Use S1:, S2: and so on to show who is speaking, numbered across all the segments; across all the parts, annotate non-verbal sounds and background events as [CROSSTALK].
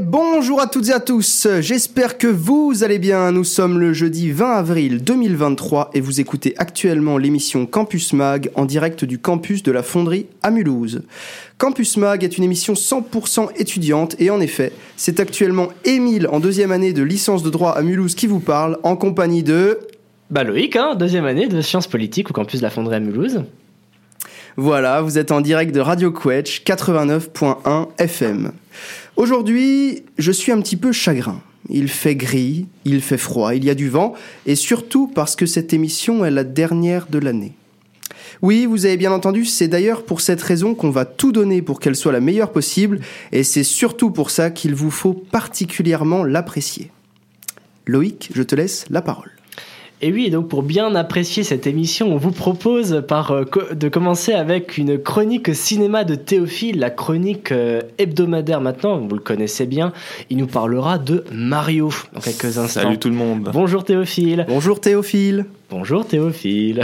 S1: Bonjour à toutes et à tous, j'espère que vous allez bien. Nous sommes le jeudi 20 avril 2023 et vous écoutez actuellement l'émission Campus Mag en direct du campus de la Fonderie à Mulhouse. Campus Mag est une émission 100% étudiante et en effet, c'est actuellement Émile en deuxième année de licence de droit à Mulhouse qui vous parle en compagnie de...
S2: Bah Loïc, hein, deuxième année de sciences politiques au campus de la Fonderie à Mulhouse.
S1: Voilà, vous êtes en direct de Radio Quetch 89.1 FM. Aujourd'hui, je suis un petit peu chagrin. Il fait gris, il fait froid, il y a du vent, et surtout parce que cette émission est la dernière de l'année. Oui, vous avez bien entendu, c'est d'ailleurs pour cette raison qu'on va tout donner pour qu'elle soit la meilleure possible, et c'est surtout pour ça qu'il vous faut particulièrement l'apprécier. Loïc, je te laisse la parole.
S2: Et oui, donc pour bien apprécier cette émission, on vous propose par, euh, co- de commencer avec une chronique cinéma de Théophile, la chronique euh, hebdomadaire maintenant, vous le connaissez bien. Il nous parlera de Mario dans quelques instants.
S3: Salut tout le monde.
S2: Bonjour Théophile.
S1: Bonjour Théophile.
S2: Bonjour Théophile.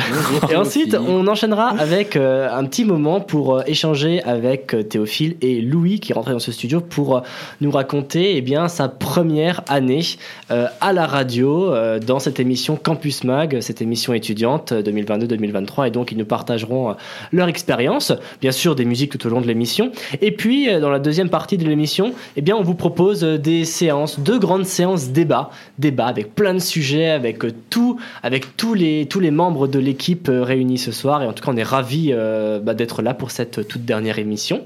S2: Et ensuite, on enchaînera avec euh, un petit moment pour euh, échanger avec euh, Théophile et Louis qui est rentré dans ce studio pour euh, nous raconter eh bien, sa première année euh, à la radio euh, dans cette émission Campus Mag, cette émission étudiante euh, 2022-2023. Et donc, ils nous partageront euh, leur expérience, bien sûr des musiques tout au long de l'émission. Et puis, euh, dans la deuxième partie de l'émission, eh bien, on vous propose euh, des séances, deux grandes séances débat, débat avec plein de sujets, avec euh, tout, avec tous les, tous les membres de l'équipe euh, réunis ce soir. Et en tout cas, on est ravis euh, bah, d'être là pour cette euh, toute dernière émission.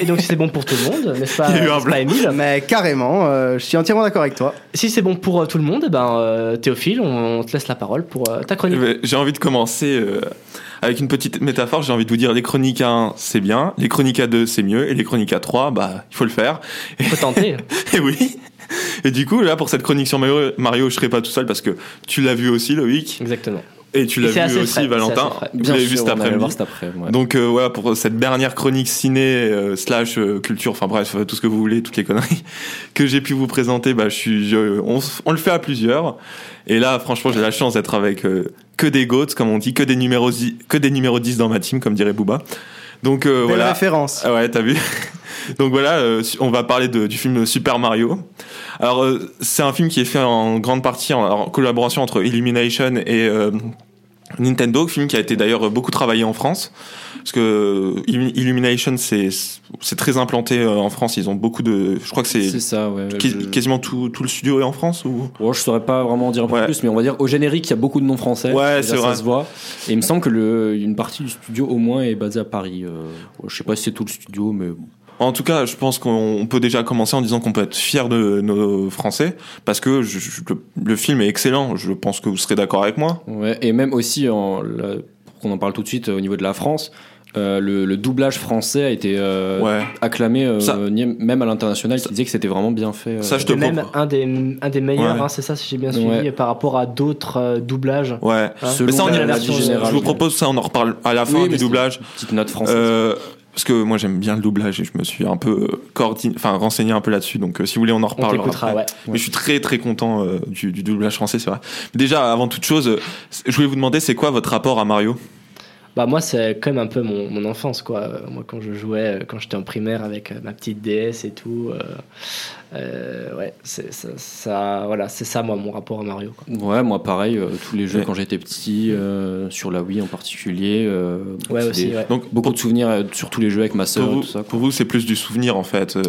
S2: Et donc, si c'est bon pour tout le monde, n'est-ce pas,
S3: [LAUGHS] Il y a eu un
S2: n'est-ce pas, Émile
S1: Mais carrément, euh, je suis entièrement d'accord avec toi.
S2: Si c'est bon pour euh, tout le monde, eh ben, euh, Théophile, on, on te laisse la parole pour euh, ta
S3: Eh
S2: chronique.
S3: ben, J'ai envie de commencer euh, avec une petite métaphore. J'ai envie de vous dire les chroniques à 1, c'est bien. Les chroniques à 2, c'est mieux. Et les chroniques à 3, bah, il faut le faire. [LAUGHS]
S2: Faut tenter.
S3: Et oui. Et du coup, là, pour cette chronique sur Mario, Mario je serai pas tout seul parce que tu l'as vu aussi, Loïc.
S2: Exactement.
S3: Et tu
S2: Et
S3: l'as
S2: c'est assez
S3: vu aussi,
S2: frais, c'est
S3: Valentin.
S2: assez frais.
S3: Vous l'avez vu cet
S4: on allait
S3: après-midi.
S4: voir cet après. ouais.
S3: Donc euh, voilà pour cette dernière chronique ciné euh, slash euh, culture, enfin bref euh, tout ce que vous voulez, toutes les conneries [LAUGHS] que j'ai pu vous présenter. Bah je suis, je- on, s- on le fait à plusieurs. Et là franchement j'ai la chance d'être avec euh, que des goats comme on dit, que des numéros zi- que des numéros 10 dans ma team comme dirait Booba. Donc euh,
S1: Belle
S3: voilà.
S1: référence.
S3: Ah ouais, t'as vu [LAUGHS] Donc voilà, euh, su- on va parler de- du film Super Mario. Alors, euh, c'est un film qui est fait en grande partie en, en collaboration entre Illumination et euh, Nintendo, film qui a été d'ailleurs beaucoup travaillé en France. Parce que euh, Illu- Illumination, c'est c'est très implanté euh, en France. Ils ont beaucoup de. Je crois que c'est.
S4: C'est ça, ouais.
S3: quai-
S4: Je...
S3: Quasiment tout, tout le studio est en France ou
S4: Bon, je saurais pas vraiment en dire un peu
S3: Ouais.
S4: plus, mais on va dire au générique, il y a beaucoup de noms français.
S3: Ouais,
S4: Déjà,
S3: c'est
S4: ça
S3: vrai.
S4: se voit. Et il me semble que le, une partie du studio, au moins, est basée à Paris. Euh, je sais pas si c'est tout le studio, mais bon.
S3: En tout cas, je pense qu'on on peut déjà commencer en disant qu'on peut être fier de nos Français parce que je- je- le- le film est excellent. Je pense que vous serez d'accord avec moi.
S4: Ouais, et même aussi, en, la- pour qu'on en parle tout de suite, euh, au niveau de la France, euh, le, le doublage français a été euh,
S3: Ouais.
S4: acclamé, euh,
S3: Ça-
S4: ni- même à l'international, qui disait que c'était vraiment bien fait. euh.
S3: Ça, je te
S2: Et même
S3: propose.
S2: un des, un des meilleurs,
S3: Ouais.
S2: hein, c'est ça, si j'ai bien suivi,
S4: Ouais.
S2: euh, par rapport à d'autres euh, doublages.
S3: Ouais.
S2: hein.
S4: Selon
S3: Mais ça, on
S2: la-
S3: y
S2: la
S3: va.
S2: version
S4: générale.
S3: Je vous propose ça, on en reparle à la fin
S4: Oui, mais
S3: du
S4: c'est-
S3: doublage.
S4: Petite note française.
S3: Euh, parce que moi, j'aime bien le doublage et je me suis un peu euh, coordin- enfin, renseigné un peu là-dessus. Donc, euh, si vous voulez, on en
S2: On
S3: reparle.
S2: t'écoutera, ouais.
S3: Mais je suis très très content euh, du, du doublage français, c'est vrai. Déjà, avant toute chose, euh, c- je voulais vous demander, c'est quoi votre rapport à Mario
S2: Bah moi c'est quand même un peu mon, mon enfance quoi. Euh, Moi quand je jouais, euh, quand j'étais en primaire avec euh, ma petite DS et tout, euh, euh, ouais, c'est ça, ça- voilà, c'est ça moi mon rapport à Mario. Quoi.
S4: Ouais, moi pareil, euh, tous les jeux
S3: Ouais.
S4: quand j'étais petit, euh, sur la Wii en particulier. euh,
S2: Ouais
S4: c'est
S2: aussi,
S4: des-
S2: ouais.
S3: Donc,
S4: Beaucoup de souvenirs euh, sur tous les jeux avec ma
S3: pour
S4: sœur et
S3: vous,
S4: tout ça. quoi.
S3: pour vous, c'est plus du souvenir en fait. euh,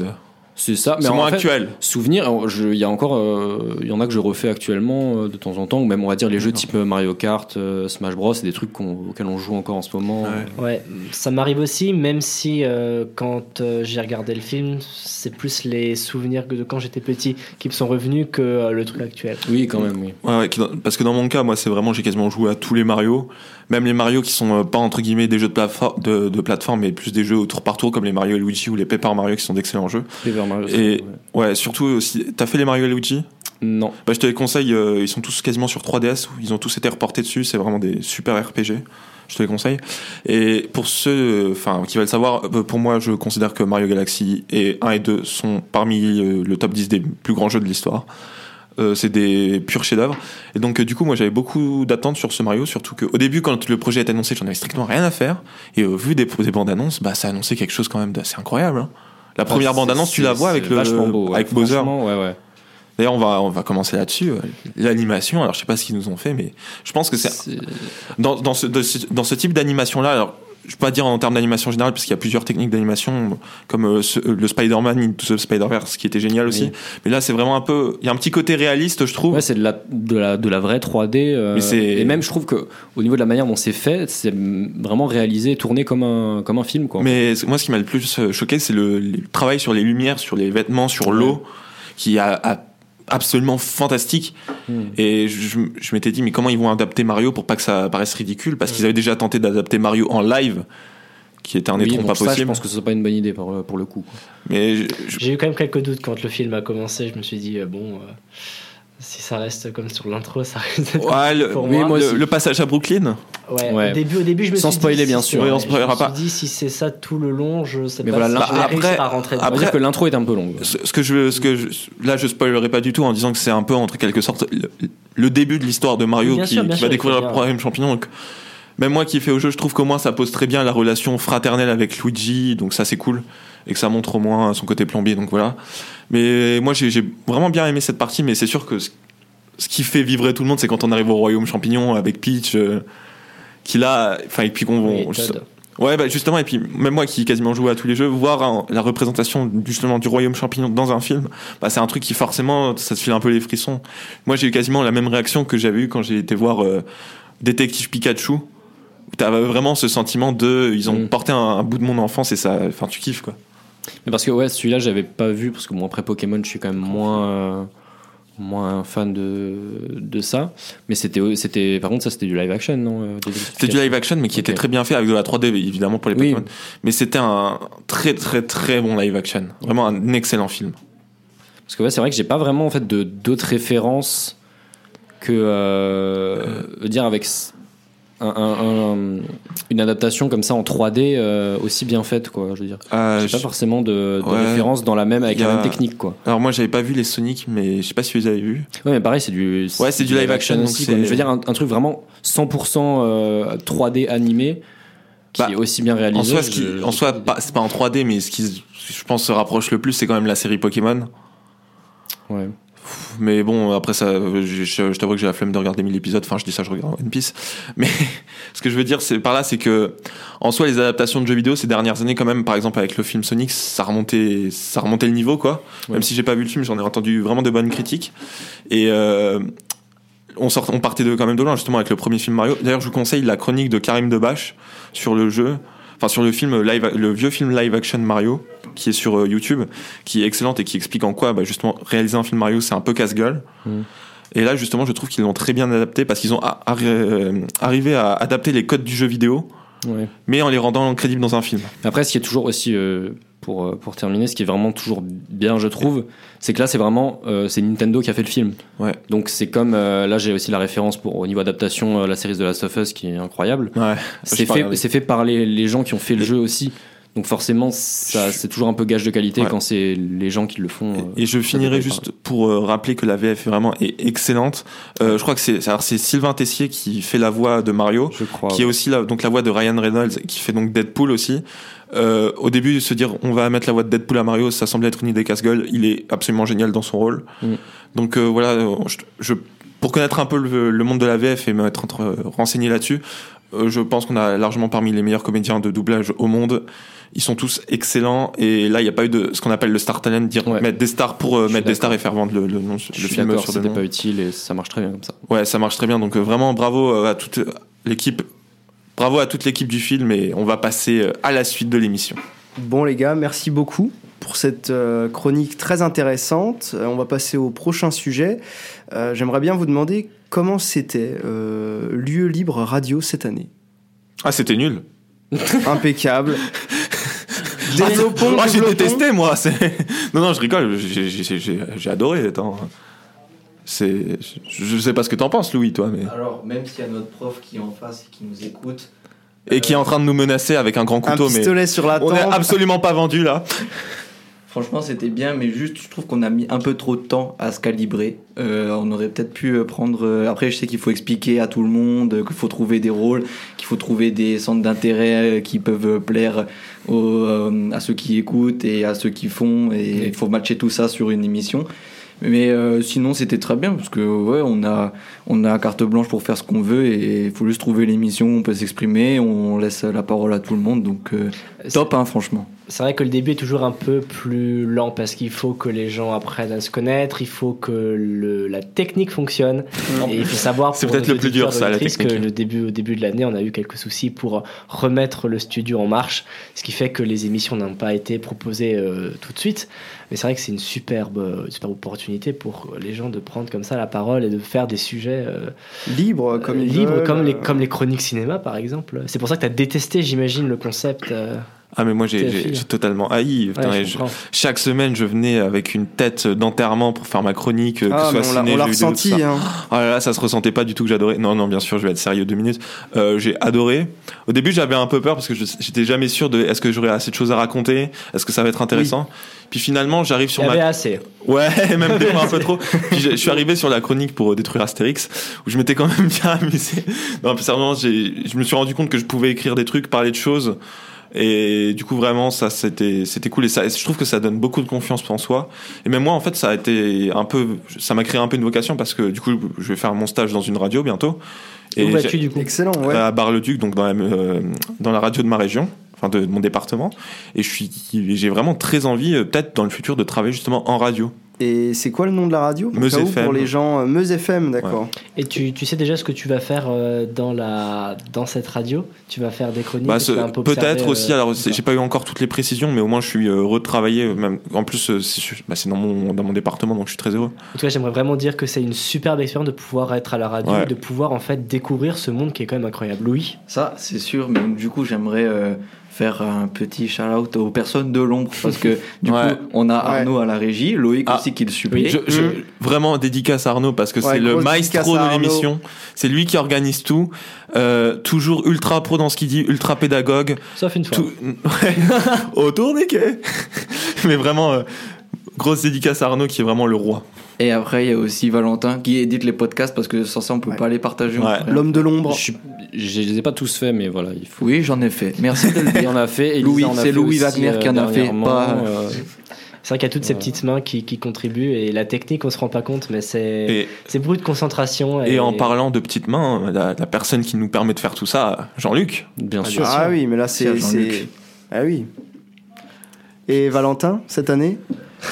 S4: C'est ça, mais
S3: c'est
S4: en
S3: moins
S4: fait,
S3: actuel.
S4: souvenirs, alors, je- il y a encore, euh, il y en a que je refais actuellement euh, de temps en temps, ou même on va dire les jeux type euh, Mario Kart, euh, Smash Bros, c'est des trucs qu'on- auxquels on joue encore en ce moment.
S3: Ouais.
S2: Ouais, ça m'arrive aussi, même si euh, quand euh, j'ai regardé le film, c'est plus les souvenirs que de quand j'étais petit qui me sont revenus que euh, le truc actuel.
S4: Oui, quand même, oui.
S3: Ouais, ouais, qui- parce que dans mon cas, moi, c'est vraiment, j'ai quasiment joué à tous les Mario, même les Mario qui sont euh, pas entre guillemets des jeux de, plafo- de, de plateforme, mais plus des jeux au tour par tour comme les Mario et Luigi ou les Paper Mario qui sont d'excellents jeux.
S4: Paper Mario,
S3: Et
S4: c'est- ouais.
S3: ouais, surtout aussi, t'as fait les Mario et Luigi
S4: Non.
S3: Bah, je te les conseille, euh, ils sont tous quasiment sur 3DS, ils ont tous été reportés dessus, c'est vraiment des super RPG. Je te les conseille. Et pour ceux euh, enfin, qui veulent savoir, euh, pour moi, je considère que Mario Galaxy et 1 et 2 sont parmi euh, le top 10 des plus grands jeux de l'histoire. Euh, c'est des purs chefs-d'œuvre. Et donc, euh, du coup, moi, j'avais beaucoup d'attentes sur ce Mario, surtout qu'au début, quand le projet est annoncé, j'en avais strictement rien à faire. Et au vu des, des bandes annonces, bah, ça annonçait quelque chose quand même d'assez incroyable. hein. La
S4: Ah,
S3: première bande-annonce, tu la vois avec, le, avec Bowser.
S4: Ouais, ouais.
S3: D'ailleurs, on va, on va commencer là-dessus. euh, L'animation, alors je sais pas ce qu'ils nous ont fait, mais je pense que c'est.
S4: C'est-
S3: Dans, dans, ce, de ce- dans ce type d'animation-là, alors je vais pas dire en termes d'animation générale, parce qu'il y a plusieurs techniques d'animation, comme euh, ce- le Spider-Man Into the Spider-Verse, qui était génial aussi.
S4: Oui.
S3: Mais là, c'est vraiment un peu. Il y a un petit côté réaliste, je trouve.
S4: Ouais, c'est de la, de, la, de la vraie 3D. euh,
S3: Mais c'est-
S4: et même, je trouve que au niveau de la manière dont c'est fait, c'est vraiment réalisé, tourné comme un, comme un film. Quoi.
S3: Mais ce- moi, ce qui m'a le plus euh, choqué, c'est le, le travail sur les lumières, sur les vêtements, sur l'eau, qui a, a- absolument fantastique.
S4: Mm.
S3: Et je, je- je m'étais dit, mais comment ils vont adapter Mario pour pas que ça paraisse ridicule
S4: Hmm.
S3: Parce qu'ils avaient déjà tenté d'adapter Mario en live, qui était un
S4: Oui,
S3: étron
S4: bon,
S3: pas
S4: ça, je
S3: possible.
S4: pense que ce n'est pas une bonne idée pour, pour le coup. quoi.
S3: Mais je-
S4: [LAUGHS]
S3: je-
S2: J'ai eu quand même quelques doutes quand le film a commencé. Je me suis dit, euh, bon, euh, si ça reste comme sur l'intro, ça risque d'être.
S3: Ouais, le,
S2: Pour
S3: oui,
S2: moi,
S3: moi, le-
S4: aussi.
S3: le passage à Brooklyn,
S2: [LAUGHS] Ouais,
S4: Ouais.
S2: Au, début, au début, je me
S4: Sans
S2: suis dit.
S4: spoiler,
S2: si
S4: bien
S2: c'est-
S4: sûr,
S3: Oui, on
S2: je
S3: spoilera
S2: me suis
S3: pas.
S2: dit, si c'est ça tout le long, je sais
S4: Mais
S2: pas
S4: voilà, ah,
S2: si je vais
S3: là,
S2: réussir
S3: après-
S2: à rentrer dedans.
S4: On va
S3: Après-
S4: dire que l'intro est un peu longue.
S3: ce, ce que je, ce que je, là je spoilerai pas du tout en disant que c'est un peu entre quelque sorte le, le début de l'histoire de Mario
S2: Oui, bien
S3: qui,
S2: sûr, bien
S3: qui
S2: sûr,
S3: va
S2: il
S3: découvrir
S2: faut
S3: le
S2: bien.
S3: problème champignon. Donc, même moi qui ai fait au jeu, je trouve qu'au moins ça pose très bien la relation fraternelle avec Luigi, donc ça c'est cool et que ça montre au moins son côté plombier. Donc voilà. Mais moi j'ai j'ai vraiment bien aimé cette partie, mais c'est sûr que ce, ce qui fait vibrer tout le monde, c'est quand on arrive au royaume champignon avec Peach. euh, qui là, enfin, et puis qu'on.
S2: Oui,
S3: on-
S2: Todd.
S3: Ouais, bah justement, et puis même moi qui ai quasiment joué à tous les jeux, voir hein, la représentation justement du royaume champignon dans un film, bah, c'est un truc qui forcément, ça te file un peu les frissons. Moi j'ai eu quasiment la même réaction que j'avais eu quand j'ai été voir euh, Détective Pikachu, où t'avais vraiment ce sentiment de, ils ont
S4: Mm.
S3: porté un, un bout de mon enfance et ça, enfin tu kiffes quoi.
S4: Mais parce que ouais, celui-là, j'avais pas vu, parce que moi, après Pokémon, je suis quand même moins, euh, moins un fan de, de ça. Mais c'était, euh, c'était, par contre, ça, c'était du live action, non euh, des-
S3: C'était du live action mais qui était
S4: Ok.
S3: très bien fait avec de la 3D évidemment pour les
S4: Oui.
S3: Pokémon, mais c'était un très très très bon live action, vraiment un excellent film.
S4: Parce que ouais, c'est vrai que j'ai pas vraiment en fait de d'autres références que euh, veux dire avec s- un- un- un- une adaptation comme ça en 3D euh, aussi bien faite quoi. Je veux dire,
S3: Euh,
S4: j'ai pas
S3: je-
S4: forcément de, de
S3: ouais.
S4: références dans la même avec
S3: Il y
S4: la
S3: a-
S4: même technique quoi.
S3: Alors moi j'avais pas vu les Sonic mais je sais pas si vous les avez vus.
S4: Ouais, mais pareil, c'est du
S3: Ouais, c'est du live action, donc
S4: aussi.
S3: c'est-
S4: quoi. Mais Je veux dire un, un truc vraiment 100% euh, 3D animé qui
S3: Bah,
S4: est aussi bien réalisé.
S3: En soi, ce qui-
S4: je-
S3: en soi pas- c'est pas en 3D, mais ce qui, se- je pense, se rapproche le plus, c'est quand même la série Pokémon.
S4: ouais.
S3: Mais bon, après ça, euh, je, je- je t'avoue que j'ai la flemme de regarder 1000 épisodes. Enfin, je dis ça, je regarde One Piece. [LAUGHS] Mais ce que je veux dire, c'est par là, c'est que, en soi, les adaptations de jeux vidéo ces dernières années, quand même, par exemple avec le film Sonic, ça remontait, ça remontait le niveau, quoi.
S4: Ouais.
S3: Même si j'ai pas vu le film, j'en ai entendu vraiment de bonnes critiques. Et euh, on, sort, on partait de, quand même de loin, justement, avec le premier film Mario. D'ailleurs, je vous conseille la chronique de Karim Debache sur le jeu, enfin sur le film live, le vieux film live action Mario qui est sur euh, YouTube, qui est excellente et qui explique en quoi, bah, justement, réaliser un film Mario, c'est un peu casse-gueule.
S4: Mhm.
S3: Et là, justement, je trouve qu'ils l'ont très bien adapté parce qu'ils ont a- arri- euh, arrivé à adapter les codes du jeu vidéo,
S4: ouais.
S3: mais en les rendant crédibles dans un film.
S4: Après, ce qui est toujours aussi, euh, pour, euh, pour terminer, ce qui est vraiment toujours bien, je trouve, c'est que là, c'est vraiment euh, c'est Nintendo qui a fait le film.
S3: Ouais.
S4: Donc, c'est comme, euh, là, j'ai aussi la référence pour, au niveau adaptation, euh, la série de Last of Us qui est incroyable.
S3: Ouais.
S4: C'est
S3: pas
S4: fait,
S3: regardé.
S4: c'est fait par les, les gens qui ont fait le
S3: Et-
S4: jeu aussi. Donc, forcément, ça, c'est toujours un peu gage de qualité
S3: Ouais.
S4: quand c'est les gens qui le font. euh,
S3: Et je finirai
S4: dépend,
S3: juste pour euh, rappeler que la VF est vraiment est excellente. Euh, je crois que c'est alors c'est Sylvain Tessier qui fait la voix de Mario,
S4: je crois.
S3: qui est aussi la, donc la voix de Ryan Reynolds, qui fait donc Deadpool aussi. Euh, au début, se dire on va mettre la voix de Deadpool à Mario, ça semblait être une idée casse-gueule. Il est absolument génial dans son rôle.
S4: Mm.
S3: Donc euh, voilà, euh, je, je- pour connaître un peu le, le monde de la VF et m'être entre- euh, renseigné là-dessus, euh, je pense qu'on a largement parmi les meilleurs comédiens de doublage au monde. Ils sont tous excellents et là il n'y a pas eu de ce qu'on appelle le star talent, dire
S4: Ouais.
S3: mettre des stars pour euh,
S4: Je suis
S3: mettre des
S4: d'accord.
S3: stars et faire vendre le, le nom, sur-
S4: Je
S3: le
S4: suis
S3: film
S4: d'accord,
S3: sur le
S4: c'était
S3: nom.
S4: pas utile et ça marche très bien comme ça.
S3: Ouais, ça marche très bien. Donc euh, vraiment, bravo euh, à toute euh, l'équipe. Bravo à toute l'équipe du film et on va passer euh, à la suite de l'émission.
S1: Bon les gars, merci beaucoup pour cette euh, chronique très intéressante. Euh, on va passer au prochain sujet. Euh, J'aimerais bien vous demander comment c'était euh, lieu libre radio cette
S3: [LAUGHS]
S1: année.
S3: Ah, c'était nul. [LAUGHS]
S1: Impeccable. Développons,
S3: Ah, j'ai
S1: développons.
S3: détesté moi. [LAUGHS] c'est- Non, non, je rigole. J'ai- j'ai- J'ai j'ai adoré. Attends. C'est, je je sais pas ce que t'en penses, Louis, toi, mais
S5: Alors, même s'il y a notre prof qui est en face et qui nous écoute,
S3: et qui est en train de nous menacer avec un grand
S1: Un
S3: couteau, mais
S1: pistolet sur la
S3: on est
S1: tempe.
S3: absolument pas vendu là.
S5: franchement, c'était bien, mais juste, je trouve qu'on a mis un peu trop de temps à se calibrer. Euh, on aurait peut-être pu euh, prendre. euh, Après, je sais qu'il faut expliquer à tout le monde, euh, qu'il faut trouver des rôles, qu'il faut trouver des centres d'intérêt euh, qui peuvent plaire aux, euh, à ceux qui écoutent et à ceux qui font. Et il faut matcher tout ça sur une émission. Mais euh, sinon, c'était très bien parce que ouais, on a on a carte blanche pour faire ce qu'on veut et il faut juste trouver l'émission, où on peut s'exprimer, on laisse la parole à tout le monde. Donc euh, top, hein, franchement.
S2: C'est vrai que le début est toujours un peu plus lent parce qu'il faut que les gens apprennent à se connaître, il faut que le- la technique fonctionne. Et il faut savoir
S3: Mm. C'est
S2: pour
S3: peut-être
S2: nos
S3: le plus
S2: auditeurs
S3: dur, ça, la
S2: auditrices, que
S3: technique.
S2: le début, au début de l'année, on a eu quelques soucis pour remettre le studio en marche, ce qui fait que les émissions n'ont pas été proposées euh, tout de suite. Mais c'est vrai que c'est une superbe, euh, une superbe opportunité pour les gens de prendre comme ça la parole et de faire des sujets euh,
S1: Libre comme ils
S2: libres,
S1: veulent.
S2: comme, les,
S3: euh.
S2: comme les chroniques cinéma par exemple. C'est pour ça que tu as détesté, j'imagine, le concept. euh,
S3: Ah, mais moi, j'ai-
S2: TFI.
S3: j'ai j'ai totalement haï.
S2: ouais,
S3: Putain, et
S2: je
S3: je-
S2: comprends.
S3: chaque semaine, je venais avec une tête d'enterrement pour faire ma chronique, euh, que
S1: Ah,
S3: ce soit
S1: mais on l'a-
S3: ciné,
S1: on l'a
S3: jeux vidéo, tout
S1: ressenti.
S3: ça.
S1: hein.
S3: Ah là là, ça se ressentait pas du tout que j'adorais. Non, non, bien sûr, je vais être sérieux deux minutes. Euh, j'ai adoré. Au début, j'avais un peu peur parce que je- j'étais jamais sûr de est-ce que j'aurais assez de choses à raconter, est-ce que ça va être intéressant. Puis finalement, j'arrive
S2: Il
S3: sur
S2: y
S3: ma
S2: avait assez.
S3: Ouais, [LAUGHS] même des fois un peu trop. Puis je, je suis arrivé sur la chronique pour euh, détruire Astérix, où je m'étais quand même bien [LAUGHS] amusé. Non, plus sérieusement, j'ai- je me suis rendu compte que je pouvais écrire des trucs, parler de choses. Et du coup, vraiment, ça, c'était, c'était cool. Et ça, je trouve que ça donne beaucoup de confiance en soi. Et même moi, en fait, ça a été un peu, ça m'a créé un peu une vocation parce que du coup, je vais faire mon stage dans une radio bientôt.
S2: Où
S3: j'ai-
S2: vas-tu du coup
S1: Excellent, ouais.
S3: à Bar-le-Duc, donc dans la, euh, dans la radio de ma région, enfin de, de mon département. Et je suis, j'ai vraiment très envie, euh, peut-être dans le futur, de travailler justement en radio.
S1: Et c'est quoi le nom de la radio Au
S3: Meuse
S1: cas où,
S3: FM.
S1: Pour les gens, euh, Meuse FM, d'accord.
S2: Et tu, tu sais déjà ce que tu vas faire euh, dans, la, dans cette radio Tu vas faire des chroniques
S3: Bah,
S2: tu
S3: ce-
S2: vas un peu observer,
S3: peut-être
S2: euh,
S3: aussi. Alors, c'est- j'ai pas eu encore toutes les précisions, mais au moins je suis euh, retravaillé. euh, Même en plus, euh, c'est su- bah, c'est dans mon dans mon département, donc je suis très heureux.
S2: En tout cas, j'aimerais vraiment dire que c'est une superbe expérience de pouvoir être à la radio,
S3: Ouais.
S2: et de pouvoir en fait découvrir ce monde qui est quand même incroyable. Oui.
S5: Ça, c'est sûr, mais du coup, j'aimerais euh, faire un petit shout-out aux personnes de l'ombre parce que du
S3: Ouais.
S5: coup, on a Arnaud à la régie, Loïc
S3: Ah.
S5: aussi qui le
S3: Je,
S5: supplie.
S3: je-
S1: Mm.
S3: vraiment dédicace à Arnaud parce que
S1: Ouais,
S3: c'est le
S1: grosse dédicace
S3: maestro
S1: à
S3: de
S1: Arnaud.
S3: l'émission. C'est lui qui organise tout. euh, toujours ultra pro dans ce qu'il dit, ultra pédagogue.
S2: Sauf une fois.
S3: Tout, [LAUGHS] ouais, autour des quais. [LAUGHS] mais vraiment. euh, Grosse dédicace à Arnaud qui est vraiment le roi.
S5: Et après, il y a aussi Valentin qui édite les podcasts parce que sans ça, on peut
S1: Ouais.
S5: pas les partager. on
S3: Ouais.
S5: ferait-
S1: L'homme de l'ombre.
S4: Je, suis- je les ai pas tous faits, mais voilà,
S5: [LAUGHS]
S4: il faut.
S5: Oui, j'en ai fait. Merci.
S4: Et on a fait. Elisa
S5: Louis,
S4: en a
S5: c'est
S4: fait
S5: Louis
S4: aussi,
S5: Wagner
S4: euh,
S5: qui en a fait,
S4: dernièrement,
S5: pas-
S4: euh,
S2: C'est vrai qu'il y a toutes ces petites mains qui, qui contribuent et la technique, on se rend pas compte, mais c'est
S3: Et,
S2: c'est brut de concentration.
S3: et en parlant de petites mains, la, la personne qui nous permet de faire tout ça, Jean-Luc.
S4: bien sûr.
S1: Ah oui, mais là, c'est.
S5: Merci à Jean-Luc.
S1: c'est- Ah oui. Et Valentin, cette année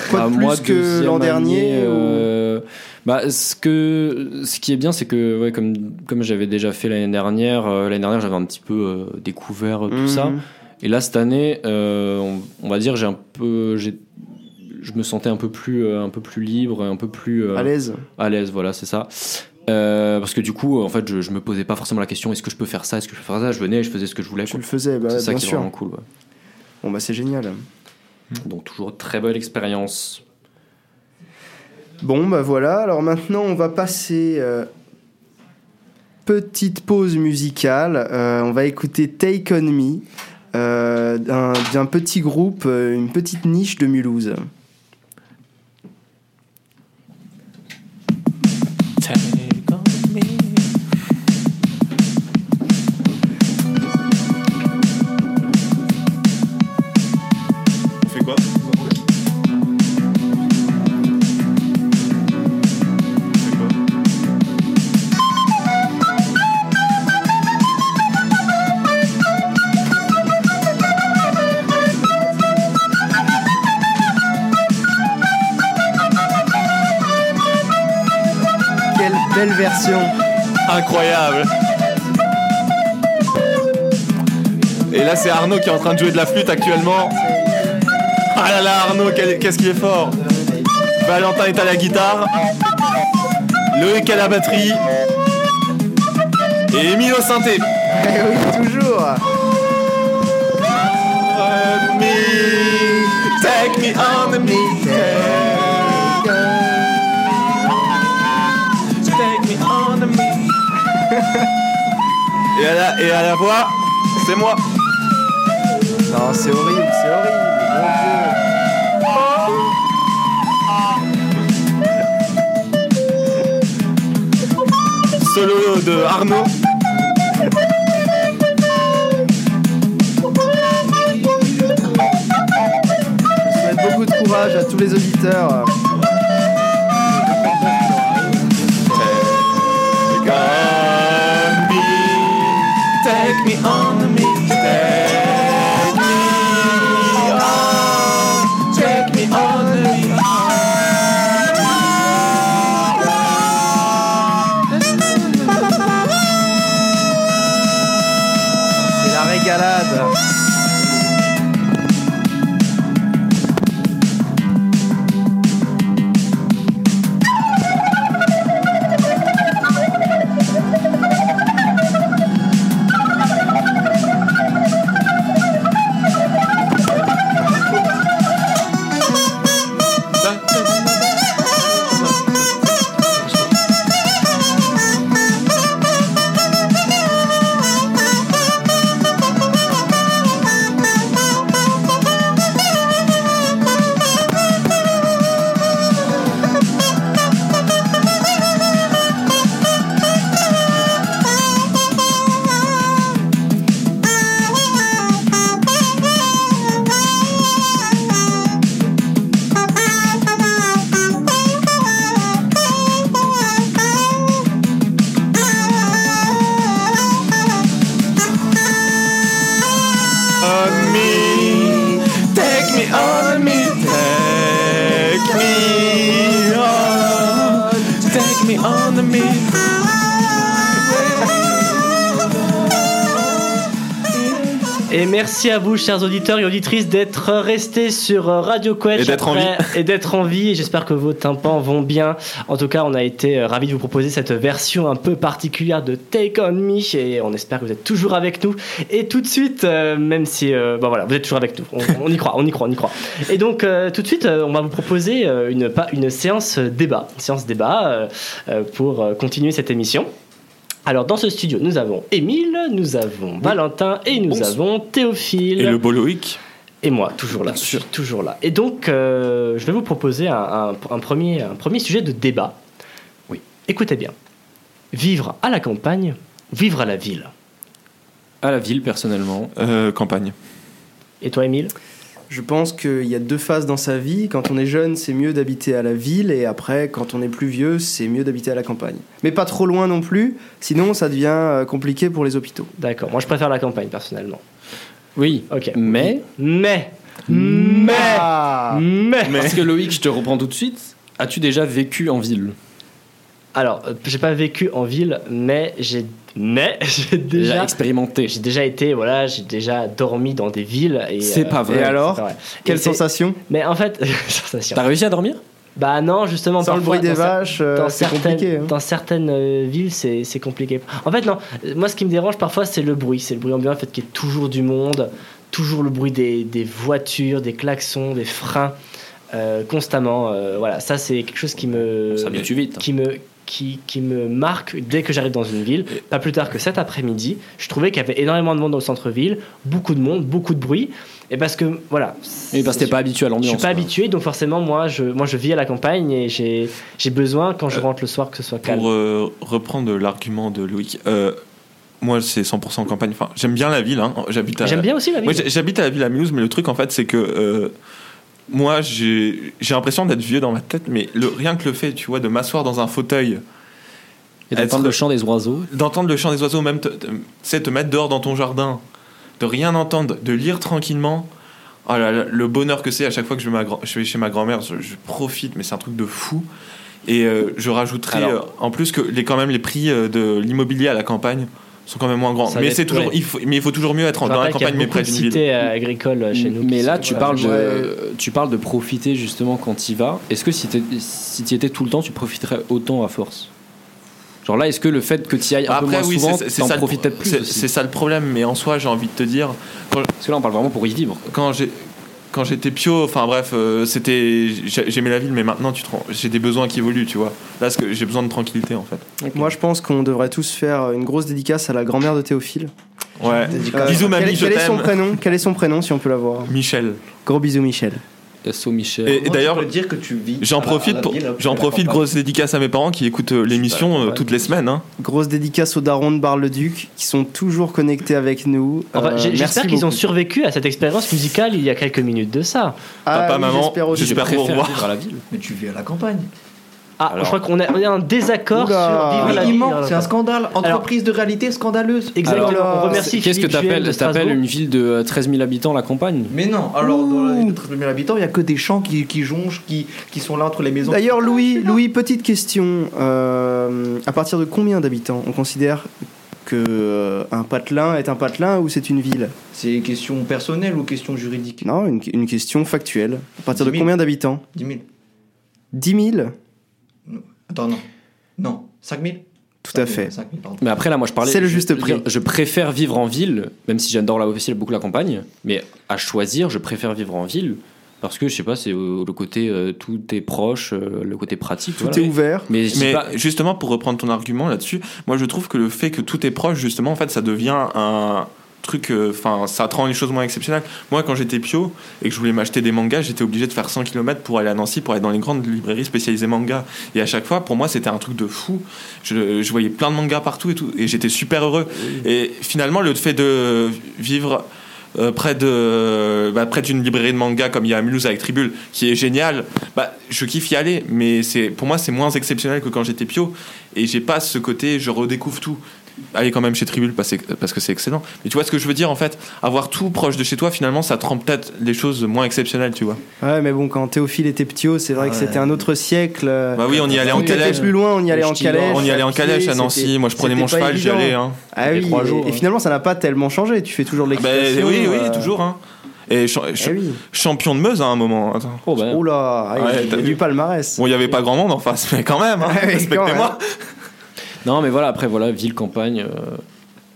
S1: Quoi
S4: Bah,
S1: de plus
S4: moi,
S1: que
S4: deuxième
S1: l'an
S4: année,
S1: dernier ou-
S4: euh, bah, ce, que, ce qui est bien, c'est que ouais, comme, comme j'avais déjà fait l'année dernière, euh, l'année dernière j'avais un petit peu euh, découvert euh, tout ça.
S1: Mhm.
S4: Et là, cette année, euh, on, on va dire, j'ai un peu, j'ai- je me sentais un peu plus, euh, un peu plus libre, et un peu plus euh,
S1: À l'aise
S4: à l'aise. Voilà, c'est ça. Euh, parce que du coup, en fait, je, je me posais pas forcément la question est-ce que je peux faire ça, est-ce que je peux faire ça. Je venais, je faisais ce que je voulais.
S1: Tu
S4: quoi.
S1: le faisais, bah,
S4: C'est ça
S1: bien
S4: qui est
S1: sûr.
S4: vraiment cool. ouais.
S1: Bon, bah, c'est génial.
S4: Donc toujours très belle expérience.
S1: Bon, bah voilà, alors maintenant on va passer. euh, petite pause musicale. Euh, on va écouter Take On Me euh, d'un d'un petit groupe, euh, une petite niche de Mulhouse.
S3: On fait quoi
S1: Quelle belle version
S3: Incroyable Et là c'est Arnaud qui est en train de jouer de la flûte actuellement. Ah là là Arnaud, quel- qu'est-ce qu'il est fort Valentin est à la guitare. Loïc à la batterie. Et Emile au synthé.
S1: Eh oui, toujours
S3: On me, take me on me, take me on me. Et à la, et à la voix, c'est moi.
S1: Non, c'est horrible, c'est horrible
S3: Solo de Arnaud.
S1: encourage à tous les auditeurs. C'est la régalade.
S2: Et merci à vous, chers auditeurs et auditrices, d'être restés sur euh, Radio Quetch
S3: Et d'être
S2: après-
S3: en
S2: Et d'être en vie. Et J'espère que vos tympans vont bien. En tout cas, on a été euh, ravis de vous proposer cette version un peu particulière de Take On Me. Et on espère que vous êtes toujours avec nous. Et tout de suite, euh, même si. euh, bon voilà, vous êtes toujours avec nous. On, on y croit, on y croit, on y croit. Et donc, euh, tout de suite, euh, on va vous proposer euh, une, pa- une séance débat. Une séance débat euh, euh, pour euh, continuer cette émission. Alors dans ce studio, nous avons Émile, nous avons Valentin et nous
S3: Bonsoir.
S2: avons Théophile
S3: Et le Boloïc
S2: Et moi, toujours là, je suis toujours là. Et donc, euh, je vais vous proposer un, un- un premier, un premier sujet de débat. Oui. Écoutez bien. Vivre à la campagne, vivre à la ville.
S4: À la ville, personnellement.
S3: euh, campagne.
S2: Et toi, Émile
S1: Je pense qu'il y a deux phases dans sa vie. Quand on est jeune, c'est mieux d'habiter à la ville, et après, quand on est plus vieux, c'est mieux d'habiter à la campagne. Mais pas trop loin non plus, sinon ça devient euh, compliqué pour les hôpitaux.
S2: D'accord, moi je préfère la campagne personnellement.
S4: Oui.
S2: Ok.
S4: Mais,
S2: Mais Mais
S1: Ah
S2: Mais
S4: parce que Loïc, je te reprends tout de suite. As-tu déjà vécu en ville
S2: Alors, euh, j'ai pas vécu en ville, mais j'ai. Mais [LAUGHS] j'ai déjà.
S4: expérimenté.
S2: J'ai déjà été, voilà, j'ai déjà dormi dans des villes. et,
S4: C'est pas vrai.
S2: ouais,
S1: Et alors
S2: c'est pas vrai. Et
S1: Quelle
S2: c'est-
S1: sensation
S2: Mais en fait, [LAUGHS] sensation.
S4: T'as réussi à dormir
S2: Bah non, justement,
S1: Sans le
S2: parfois,
S1: bruit des
S2: dans cer-
S1: vaches, euh,
S2: dans
S1: c'est
S2: certaines-
S1: compliqué. hein.
S2: Dans certaines euh, villes, c'est c'est compliqué. En fait, non, euh, moi ce qui me dérange parfois, c'est le bruit. C'est le bruit ambiant, le fait qu'il y ait toujours du monde, toujours le bruit des, des voitures, des klaxons, des freins, euh, constamment. euh, voilà, ça c'est quelque chose qui me.
S4: Ça m'habitue vite.
S2: qui me qui, qui me marque dès que j'arrive dans une ville. Pas plus tard que cet après-midi, je trouvais qu'il y avait énormément de monde dans le centre-ville, beaucoup de monde, beaucoup de bruit. Et parce que, voilà.
S4: Oui, parce que t'es pas habitué à
S2: Je
S4: l'ambiance.
S2: suis pas
S4: quoi.
S2: habitué, donc forcément, moi je, moi, je vis à la campagne et j'ai j'ai besoin, quand je rentre le soir, que ce soit calme.
S3: Euh, Pour euh, reprendre l'argument de Loïc, euh, moi c'est 100% campagne. Enfin, j'aime bien la ville. hein. J'habite à-
S2: J'aime bien aussi la ville.
S3: Moi, j'ai- j'habite à la ville à Mulhouse, mais le truc en fait, c'est que euh, moi, j'ai j'ai l'impression d'être vieux dans ma tête, mais le, rien que le fait, tu vois, de m'asseoir dans un fauteuil,
S4: Et d'entendre
S3: Être-
S4: le chant des oiseaux.
S3: d'entendre le chant des oiseaux, même, te- te- tu sais, te mettre dehors dans ton jardin, de rien entendre, de lire tranquillement. Oh là là, le bonheur que c'est à chaque fois que je, vais ma grand- je vais chez ma grand-mère, je, je profite, mais c'est un truc de fou. Et euh, je rajouterai
S4: Alors-
S3: euh, en plus que les, quand même les prix euh, de l'immobilier à la campagne sont quand même moins grands.
S2: Ça
S3: Mais
S2: va
S3: c'est
S2: être-
S3: toujours,
S2: ouais.
S3: il faut, mais il faut toujours mieux être
S2: Je
S3: dans la
S2: rappelle qu'il y a
S3: campagne, mais
S2: beaucoup
S3: près
S2: de
S3: d'une ville. Mm.
S2: cités, euh, agricoles euh, chez nous.
S4: Mais
S2: qui
S4: là,
S2: sont-
S4: tu
S2: voilà.
S4: parles, de, euh,
S1: ouais.
S4: tu parles de profiter justement quand y vas. Est-ce que si tu si t'y étais tout le temps, tu profiterais autant à force Genre là, est-ce que le fait que tu ailles un peu
S3: Bah, Après,
S4: moins
S3: oui,
S4: souvent,
S3: c'est- c'est
S4: t'en
S3: ça, le-
S4: profites peut-être plus
S3: c'est-
S4: aussi
S3: c'est ça le problème, mais en soi, j'ai envie de te dire,
S4: Parce que là, on parle vraiment pour y vivre.
S3: quand j'ai. Quand j'étais pio, enfin bref, euh, c'était j'ai- j'aimais la ville, mais maintenant tu te rends- j'ai des besoins qui évoluent, tu vois. Là, ce que j'ai besoin de tranquillité en fait.
S1: Moi, je pense qu'on devrait tous faire une grosse dédicace à la grand-mère de Théophile.
S3: Ouais.
S1: Euh,
S3: Bisous mamie,
S1: quel,
S3: je
S1: quel est son
S3: t'aime.
S1: prénom Quel est son prénom, si on peut l'avoir
S3: Michel.
S1: Gros bisous, Michel.
S4: Tasso
S3: [LAUGHS]
S4: Michel.
S3: Et- et d'ailleurs,
S5: Comment tu peux dire que tu vis. à
S3: J'en
S5: la- à
S3: profite,
S5: la
S3: pour-
S5: ville,
S3: j'en
S5: à la
S3: profite,
S5: campagne.
S3: grosse dédicace à mes parents qui écoutent euh, l'émission euh, toutes les semaines. hein.
S1: Grosse dédicace aux darons de Bar-le-Duc qui sont toujours connectés avec nous.
S2: Enfin,
S1: Euh,
S2: Ah bah, j'ai- J'espère
S1: merci
S2: qu'ils ont
S1: beaucoup.
S2: survécu à cette expérience musicale il y a quelques minutes de ça.
S1: Ah
S3: Papa,
S1: oui,
S3: maman,
S1: aussi.
S3: j'espère
S4: Je préfère
S3: vous revoir.
S4: vivre à la ville.
S5: Mais tu vis à la campagne.
S2: Ah,
S4: Alors.
S2: je crois qu'on a, on a un désaccord
S1: Oula.
S2: sur vivre
S1: Ah,
S5: Oui,
S2: la
S5: il
S2: vie.
S5: ment,
S2: Alors,
S5: c'est un scandale. Entreprise de réalité scandaleuse.
S2: Exactement.
S1: Alors,
S2: on remercie
S4: Qu'est-ce que
S2: Philippe Juel de
S4: t'appelles
S2: Strasbourg.
S4: t'appelles une ville de euh, 13 000 habitants la campagne
S5: Mais non, alors dans la- les 13 000 habitants, il n'y a que des champs qui, qui jonchent, qui, qui sont là entre les maisons.
S1: D'ailleurs, Louis,
S4: hein.
S1: Louis, petite question. Euh, à partir de combien d'habitants on considère que euh, un patelin est un patelin ou c'est une ville
S5: C'est une question personnelle ou question juridique
S1: Non, une, une question factuelle. À partir de
S5: 10 000.
S1: combien d'habitants
S5: 10 000
S1: 10 000
S5: Attends, non. Non, 5 000
S1: Tout à fait.
S5: 5 000, pardon.
S4: Mais après, là, moi, je parlais.
S1: C'est le
S4: je-
S1: juste prix.
S4: Je, je préfère vivre en ville, même si j'adore la aussi beaucoup la campagne. Mais à choisir, je préfère vivre en ville parce que je sais pas, c'est euh, le côté euh, tout est proche, euh, le côté pratique.
S1: Tout
S4: voilà.
S1: est ouvert.
S4: Mais, je dis
S3: Mais
S4: pas-
S3: justement, pour reprendre ton argument là-dessus, moi je trouve que le fait que tout est proche, justement, en fait, ça devient un truc. euh, Enfin, ça te rend les choses moins exceptionnelles. Moi, quand j'étais pio et que je voulais m'acheter des mangas, j'étais obligé de faire 100 km pour aller à Nancy, pour aller dans les grandes librairies spécialisées manga. Et à chaque fois, pour moi, c'était un truc de fou. Je, je voyais plein de mangas partout et tout, et j'étais super heureux. Et finalement, le fait de vivre. euh, près de bah, près d'une librairie de manga comme il y a à Mulhouse avec Tribule qui est génial bah, je kiffe y aller, mais c'est pour moi c'est moins exceptionnel que quand j'étais pio et j'ai pas ce côté je redécouvre tout. Allez quand même chez Tribule parce que parce que c'est excellent. Mais tu vois ce que je veux dire en fait, avoir tout proche de chez toi finalement ça te rend peut-être les choses moins exceptionnelles, tu vois.
S1: Ouais, mais bon, quand Théophile était ptio, c'est
S4: Ah
S1: vrai que
S5: Ouais.
S1: c'était un autre siècle. euh,
S3: Bah oui, on y allait en
S1: on était
S3: calèche.
S1: plus loin, on y allait en
S4: Ch'ti, non,
S1: calèche.
S3: On y allait en
S1: à pied,
S3: calèche à
S1: c'était-
S3: Nancy, moi je prenais
S1: c'était
S3: mon
S1: pas
S3: cheval, j'y
S1: évident.
S3: allais hein.
S1: Ah
S4: C'était
S1: oui,
S4: trois jours,
S1: et, et
S4: hein.
S1: finalement ça n'a pas tellement changé, tu fais toujours de
S3: Ah bah,
S1: l'équitation.
S3: oui, oui,
S1: euh,
S3: toujours hein. Et cha-
S1: Eh
S3: cha-
S1: oui.
S4: Ah
S3: champion de Meuse hein, à un moment. Attends.
S4: Oh, bah,
S1: Oula,
S3: Ouais,
S1: il y
S3: t'as
S1: a
S3: vu.
S1: du palmarès.
S3: Bon, il y avait pas grand monde en face, mais quand même,
S1: [LAUGHS]
S3: hein,
S1: Ouais,
S3: respectez-moi.
S4: Non, mais voilà, après, voilà, ville, campagne. euh,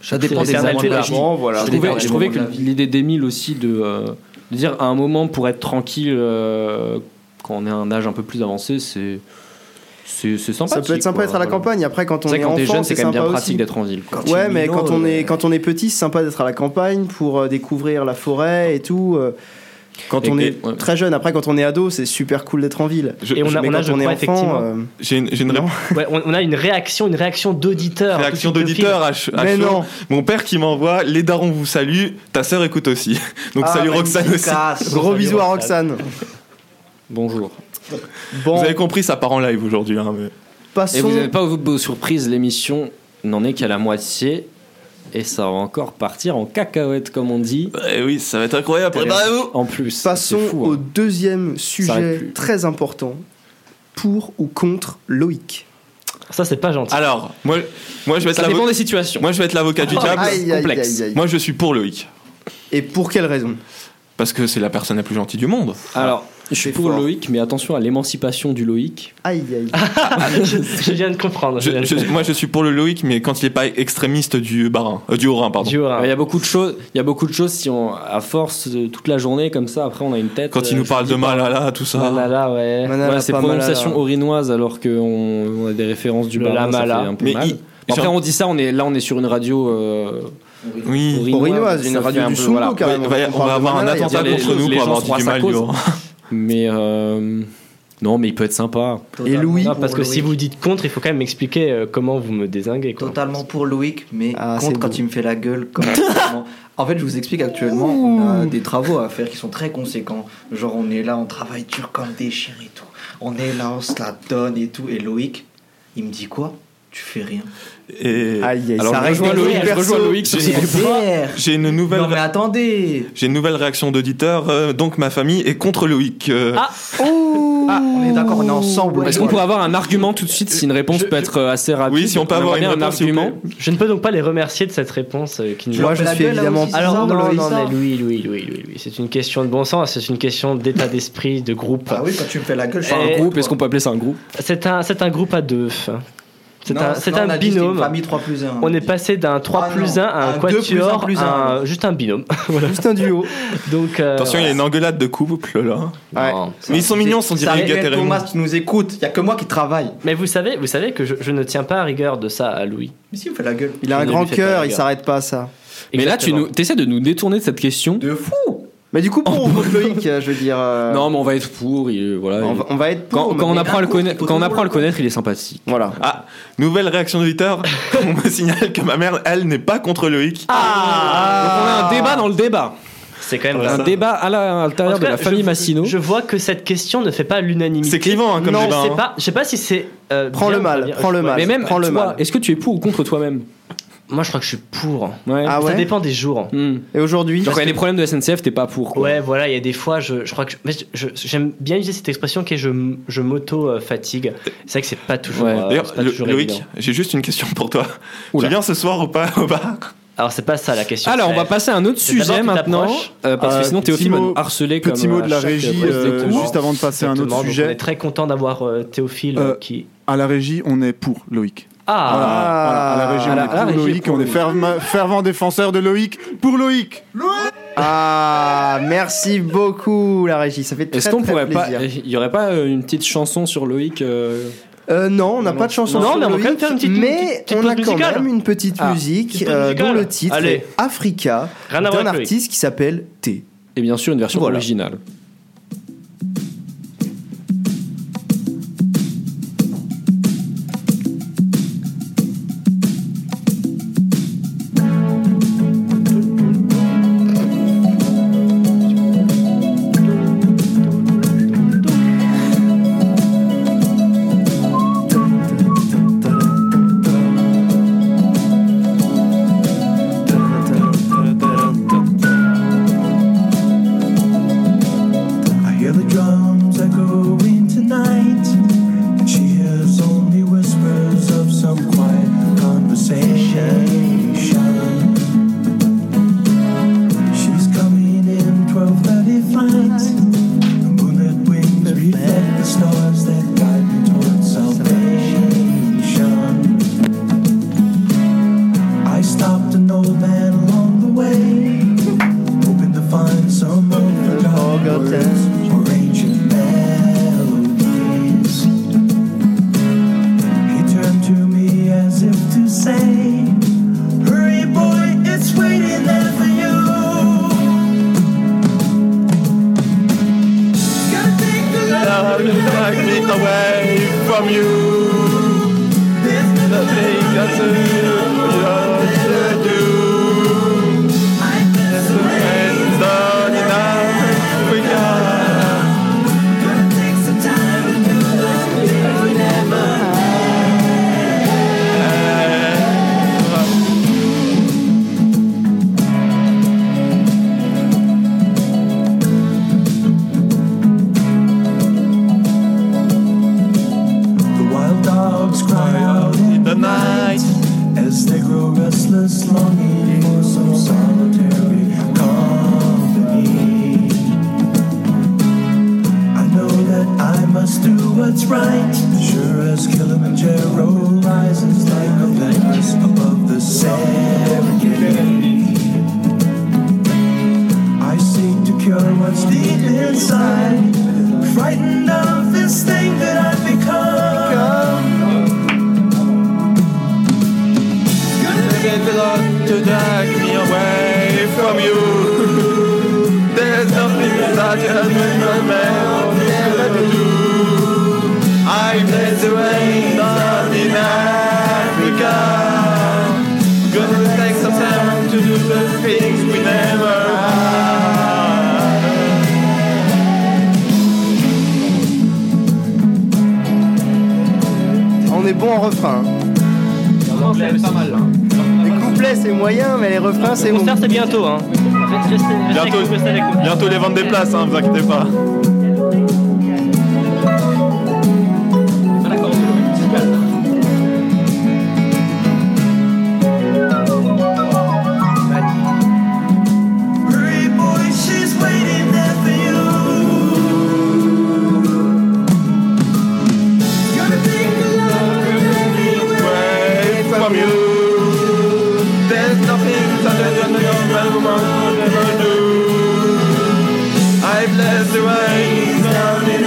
S5: Ça dépend des
S4: éternel
S5: moments de
S4: débat.
S5: la vie.
S1: Bon, voilà.
S4: je
S5: dépend
S4: trouvais,
S5: des
S4: je trouvais
S5: moments de
S4: que
S5: la vie.
S4: l'idée d'Emile aussi de, euh, de dire à un moment pour être tranquille euh, quand on est à un âge un peu plus avancé, c'est c'est c'est sympa.
S1: Ça peut être sympa d'être à la campagne. Après, quand
S4: C'est
S1: on
S4: vrai
S1: est
S4: que quand t'es
S1: enfant,
S4: jeune, c'est
S1: c'est
S4: quand même
S1: sympa
S4: bien pratique
S1: aussi.
S4: d'être en ville. quoi.
S5: Quand
S1: Ouais,
S5: tu es
S1: mais
S5: minot,
S1: quand on
S5: euh,
S1: est quand on est petit, c'est sympa d'être à la campagne pour euh, découvrir la forêt et tout. euh, Quand
S4: Et-
S1: on
S4: et-
S1: est
S4: ouais.
S1: très jeune, après quand on est ado, c'est super cool d'être en ville.
S3: Je-
S2: Et on a-
S1: Mais quand
S2: je
S1: on est
S2: crois,
S1: enfant,
S2: effectivement.
S1: euh,
S3: J'ai une, j'ai une
S1: Non.
S2: Ouais, on, on a une réaction, une réaction d'auditeur.
S3: réaction
S2: Tout de suite,
S3: d'auditeur à, ch- à
S1: mais
S3: Ah, chaud.
S1: non.
S3: Mon père qui m'envoie, les darons vous saluent, ta sœur écoute aussi. Donc
S1: Ah,
S3: salut
S1: magnifique.
S3: Roxane aussi.
S5: Casse.
S1: Gros
S2: Salut,
S1: bisous à Roxane.
S4: Bonjour.
S1: Bon,
S3: Vous avez compris, ça part en live aujourd'hui. hein, mais-
S1: passons.
S4: Et vous n'êtes pas aux surprises, l'émission n'en est qu'à la moitié. Et ça va encore partir en cacahuète, comme on dit.
S3: Eh oui, ça va être incroyable.
S1: Eh
S3: Préparez-vous.
S4: En plus.
S1: Passons
S4: c'est fou,
S1: au
S4: hein.
S1: deuxième
S4: arrête
S1: sujet
S4: plus.
S1: très important. Pour ou contre Loïc
S2: Ça, c'est pas
S3: [LAUGHS]
S2: gentil.
S3: Alors, moi, moi, je vais être
S4: Ça dépend
S3: l'avocat.
S4: des
S3: [LAUGHS]
S4: situations.
S3: Moi, je vais être l'avocat du diable.
S1: Oh, Aïe, aïe,
S4: complexe.
S1: aïe, aïe.
S3: Moi, je suis pour Loïc
S1: Et pour quelle raison
S3: parce que c'est la personne la plus gentille du monde.
S4: Alors, je suis
S1: C'est
S4: pour
S1: fort.
S4: Loïc, mais attention à l'émancipation du Loïc.
S1: Aïe, aïe.
S2: je, je viens de comprendre. je
S3: Je-
S2: viens de
S3: je-
S2: comprendre.
S3: moi, je suis pour le Loïc, mais quand il est pas extrémiste du Barin, euh, du Haut-Rhin, pardon.
S2: Du Haut-Rhin.
S4: Alors, Il y a beaucoup de choses. Il y a beaucoup de choses si on, à force euh, toute la journée comme ça, après on a une tête. euh,
S3: Quand
S1: euh,
S3: il nous parle de Malala, tout ça.
S2: Malala, Ah ouais.
S1: Manala,
S4: Voilà, c'est
S1: pas Malala.
S4: prononciation orinoise alors qu'on on a des références du
S2: Le
S4: Barin, ça
S2: Lamala.
S4: fait un peu
S3: Mais
S4: mal.
S3: il-
S4: Bon, Après
S3: genre-
S4: on dit ça, on est là on est sur une radio euh,
S3: Oui.
S4: orinoise,
S1: Orinoise, une
S4: ça fait
S1: radio
S4: un
S1: du
S4: peu-
S1: Sumbo,
S4: voilà.
S1: carrément.
S3: Ouais, va y- on
S1: parle
S3: va
S1: de
S3: avoir un
S1: Manala, il y a
S3: attentat
S1: bien les-
S3: contre
S4: choses,
S3: nous
S4: les
S3: pour
S4: gens
S3: avoir
S4: se
S3: dit
S4: croient
S3: du
S4: sa
S3: mal
S4: cause.
S3: du Haut-Rhin.
S4: Mais euh, non, mais il peut être sympa.
S1: Et Louis
S2: Non, parce que
S5: Pour
S2: si
S5: Loïc.
S2: vous dites contre, il faut quand même m'expliquer euh, comment vous me désinguez. Quoi.
S5: Totalement pour Loïc, mais
S1: Ah, c'est
S5: contre quand
S1: beau.
S5: il me fait la gueule. Comme actuellement. en fait, je vous explique actuellement, on a des travaux à faire qui sont très conséquents. Genre, on est là, on travaille dur comme des chiens et tout. On est là, on se la donne et tout. Et Loïc, il me dit quoi Tu fais rien.
S3: Et
S1: Aïe, aïe,
S4: Alors,
S1: ça
S4: je
S1: règle
S4: rejoins
S1: les
S4: Loïc, je
S1: persos.
S4: rejoins Loïc sur
S1: J'ai-
S4: ce point.
S5: Merde.
S3: j'ai une nouvelle.
S5: Non mais attendez
S3: J'ai une nouvelle réaction d'auditeur, euh, donc ma famille est contre Loïc. euh,
S2: Ah.
S1: Oh
S5: On est d'accord, on est ensemble.
S4: Est-ce qu'on pourrait avoir un argument tout de suite si une réponse peut être euh, assez rapide
S3: oui, si on peut avoir
S4: aimerait
S3: une
S4: bien un
S3: réponse, s'il vous
S4: argument.
S2: Je ne peux donc pas les remercier de cette réponse euh, qui ne
S1: Moi,
S5: leur
S1: je
S5: fais la
S1: suis
S5: gueule, là
S1: évidemment
S5: aussi, c'est
S2: Alors
S5: ça,
S2: non,
S5: Loïc,
S2: non,
S5: ça
S2: mais Louis, Louis, Louis, Louis, Louis, c'est une question de bon sens, c'est une question d'état d'esprit, de groupe.
S5: Ah oui, quand tu me fais la gueule, je
S4: Enfin,
S5: fais
S4: un
S2: Eh,
S4: groupe, est-ce qu'on peut appeler ça un groupe
S2: C'est un, c'est un groupe à deux. hein. C'est
S5: Non,
S2: un,
S5: non,
S2: c'est
S5: on
S2: un
S5: a dit, c'est une
S2: binôme.
S5: famille 3 plus 1.
S2: On est passé d'un 3
S5: Ah
S2: plus
S5: non,
S2: 1 à un
S5: un 2 plus un
S2: quatuor,
S5: plus un.
S2: un- juste un
S5: [LAUGHS]
S2: binôme. Voilà.
S1: Juste un duo.
S2: Donc, euh,
S3: Attention, il y a une engueulade de couple là.
S1: Ouais.
S2: non.
S3: Mais ils sont mignons, son dirait
S5: Samuel,
S3: Huguette et Raymond.
S5: Thomas, tu nous écoutes, y a que moi qui travaille.
S2: Mais vous savez, vous savez que je, je ne tiens pas à rigueur de ça à Louis.
S5: Mais si, on fait la gueule.
S1: Il a
S4: Je
S1: un
S4: ne
S1: grand
S4: lui fais pas la
S1: cœur, il
S4: gueule.
S1: s'arrête pas à ça.
S4: Mais là, tu
S2: Exactement.
S4: nous, essaies de nous détourner de cette question
S5: De fou
S1: Mais du coup,
S2: [LAUGHS]
S1: pour ou contre Loïc, euh, je veux dire. euh,
S4: Non, mais on va être pour. il- euh, voilà,
S1: on
S4: il-
S1: va, on va être pour,
S4: Quand,
S1: mais-
S4: quand on apprend à le
S1: Par contre,
S4: connaître,
S1: il faut
S4: quand on
S1: toujours
S4: apprend à
S1: le
S4: le connaître, il est sympathique.
S1: Voilà.
S3: Ah, nouvelle réaction de Twitter.
S2: [LAUGHS]
S3: on me signale que ma mère, elle, n'est pas contre Loïc.
S2: Ah,
S4: Donc on a un débat dans le débat.
S2: C'est quand même
S4: Un
S2: ça.
S4: débat à la- à
S2: En
S4: l'intérieur
S2: tout
S4: de
S2: cas,
S4: la famille
S2: je,
S4: Massino.
S2: Je vois que cette question ne fait pas l'unanimité.
S3: C'est clivant hein, comme
S2: non,
S3: débat.
S2: je sais
S3: hein.
S2: pas, je sais pas si c'est. euh,
S1: Prends
S2: bien
S1: le
S2: ou pas
S1: mal,
S2: bien.
S1: prends le
S2: Ouais,
S1: mal.
S4: Mais même
S1: Prends le
S4: toi,
S1: mal.
S4: est-ce que tu es pour ou contre toi-même
S2: Moi, je crois que je suis pour.
S4: Ouais.
S1: Ah
S2: Ça
S1: ouais
S2: dépend des jours.
S4: Hmm.
S1: Et aujourd'hui.
S4: Genre quand il y a des problèmes de SNCF, t'es pas pour. quoi.
S2: Ouais, voilà, il y a des fois, je, je crois que. je- mais je- je- J'aime bien utiliser cette expression qui est je, m- je m'auto-fatigue. C'est vrai que c'est pas toujours.
S4: Ouais.
S2: euh,
S3: D'ailleurs,
S2: c'est pas
S3: Lo-
S2: toujours
S3: Loïc,
S2: évident.
S3: j'ai juste une question pour toi. Tu
S4: Oula.
S3: viens ce soir ou pas au bar
S2: Alors, c'est pas ça la question.
S4: Alors on va passer à un autre
S2: C'est d'abord
S4: sujet
S2: tu
S4: maintenant,
S2: t'approches.
S4: euh, parce que
S6: Euh,
S4: sinon
S6: petit
S4: Théophile va
S6: mot-
S4: nous harceler comme
S6: Petit mot de
S4: à
S6: la
S4: chaque
S6: régie,
S4: prise de
S6: euh,
S4: cours.
S6: juste avant de passer à un
S2: Exactement,
S6: autre
S2: donc On est
S6: sujet.
S2: très content d'avoir euh, Théophile
S6: Euh,
S2: euh, qui.
S6: À la régie, on est pour Loïc.
S2: Ah
S6: Voilà, voilà, à la régie,
S4: à la- à la
S6: on est
S4: régie,
S6: pour Loïc.
S4: pour
S6: On est
S4: Loïc.
S6: ferme- fervent défenseur de Loïc. Pour Loïc
S1: Ah, merci beaucoup, la régie. Ça fait très,
S4: Est-ce qu'on
S1: très
S4: pourrait pas,
S1: plaisir.
S4: il y aurait pas euh, une petite chanson sur Loïc euh,
S1: Euh, non, on n'a pas de chanson.
S2: Non,
S1: sur
S2: mais on va
S1: Loïc,
S2: quand même faire une petite-
S1: Mais
S2: petite
S1: on a
S2: pause
S1: quand
S2: musicale.
S1: même une petite
S4: Ah,
S1: musique
S2: petite pause
S1: euh, dont
S2: musicale.
S1: le titre
S2: Allez.
S1: est Africa
S2: Rien à voir
S1: d'un
S2: avec Loïc.
S1: artiste qui s'appelle T.
S4: Et bien sûr une version
S1: Voilà.
S4: originale.
S7: I hear the drums echoing tonight, and she hears only whispers of some quiet conversation. She's coming in 12:30 flight. The moonlit wings reflect the stars that guide me towards salvation. I stopped an old man along the way, hoping to find some old forgotten words or ancient melodies. He turned to me as if to say, Hurry, boy, it's waiting there for you. Gotta take the love
S3: Five feet away from you.
S7: There's nothing
S3: That's what you do.
S7: I miss.
S3: It's not enough. We got-
S7: Gonna take some time to do the things we never. The wild dogs cry out in the night as they grow restless, longing for some solitary company. I know that I must do what's right, sure as Kilimanjaro rises like Olympus above the Serengeti. I seek to cure what's deep inside. Frightened of this thing that I've become. Gonna
S3: Take the lot to drag me away from you. There's nothing that you have been man never do. I miss the rain down in Africa. Gonna take some time to do the things we never had.
S1: On est bon en refrain. hein.
S2: hein.
S1: Les couplets, c'est moyen, mais les refrains, c'est
S2: Le
S1: bon.
S2: concert, c'est bientôt. Hein. Restez- restez avec
S3: Bientôt.
S2: nous, restez avec nous.
S3: Bientôt les ventes des places, hein, vous inquiétez pas.
S7: Hurry, boy, she's waiting there for you. Gonna take the love that you gave me
S3: away from you. There's nothing that I don't know will ever do. I've left the rains down in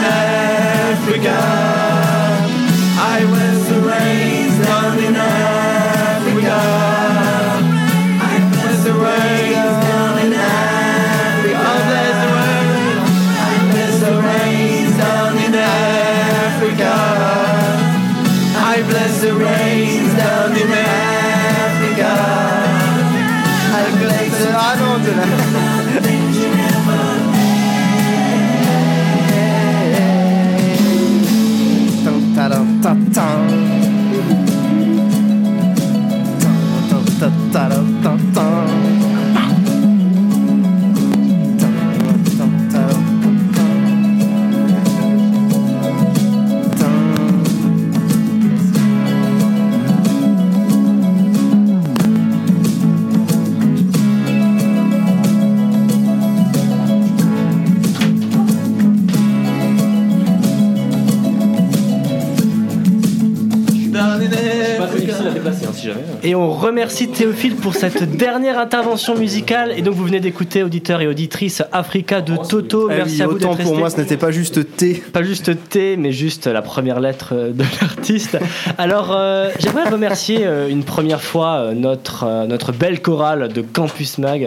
S2: C'est pas très difficile à déplacer, hein, si jamais. Et on remercie Théophile pour cette dernière intervention musicale. Et donc, vous venez d'écouter, auditeurs et auditrices, Africa de Toto.
S1: Eh
S2: Merci
S1: oui,
S2: à vous
S1: autant
S2: d'être
S1: pour
S2: restés.
S1: moi, ce n'était pas juste T.
S2: Pas juste T, mais juste la première lettre euh, de [LAUGHS] l'artiste. Alors, euh, j'aimerais remercier euh, une première fois euh, notre, euh, notre belle chorale de Campus Mag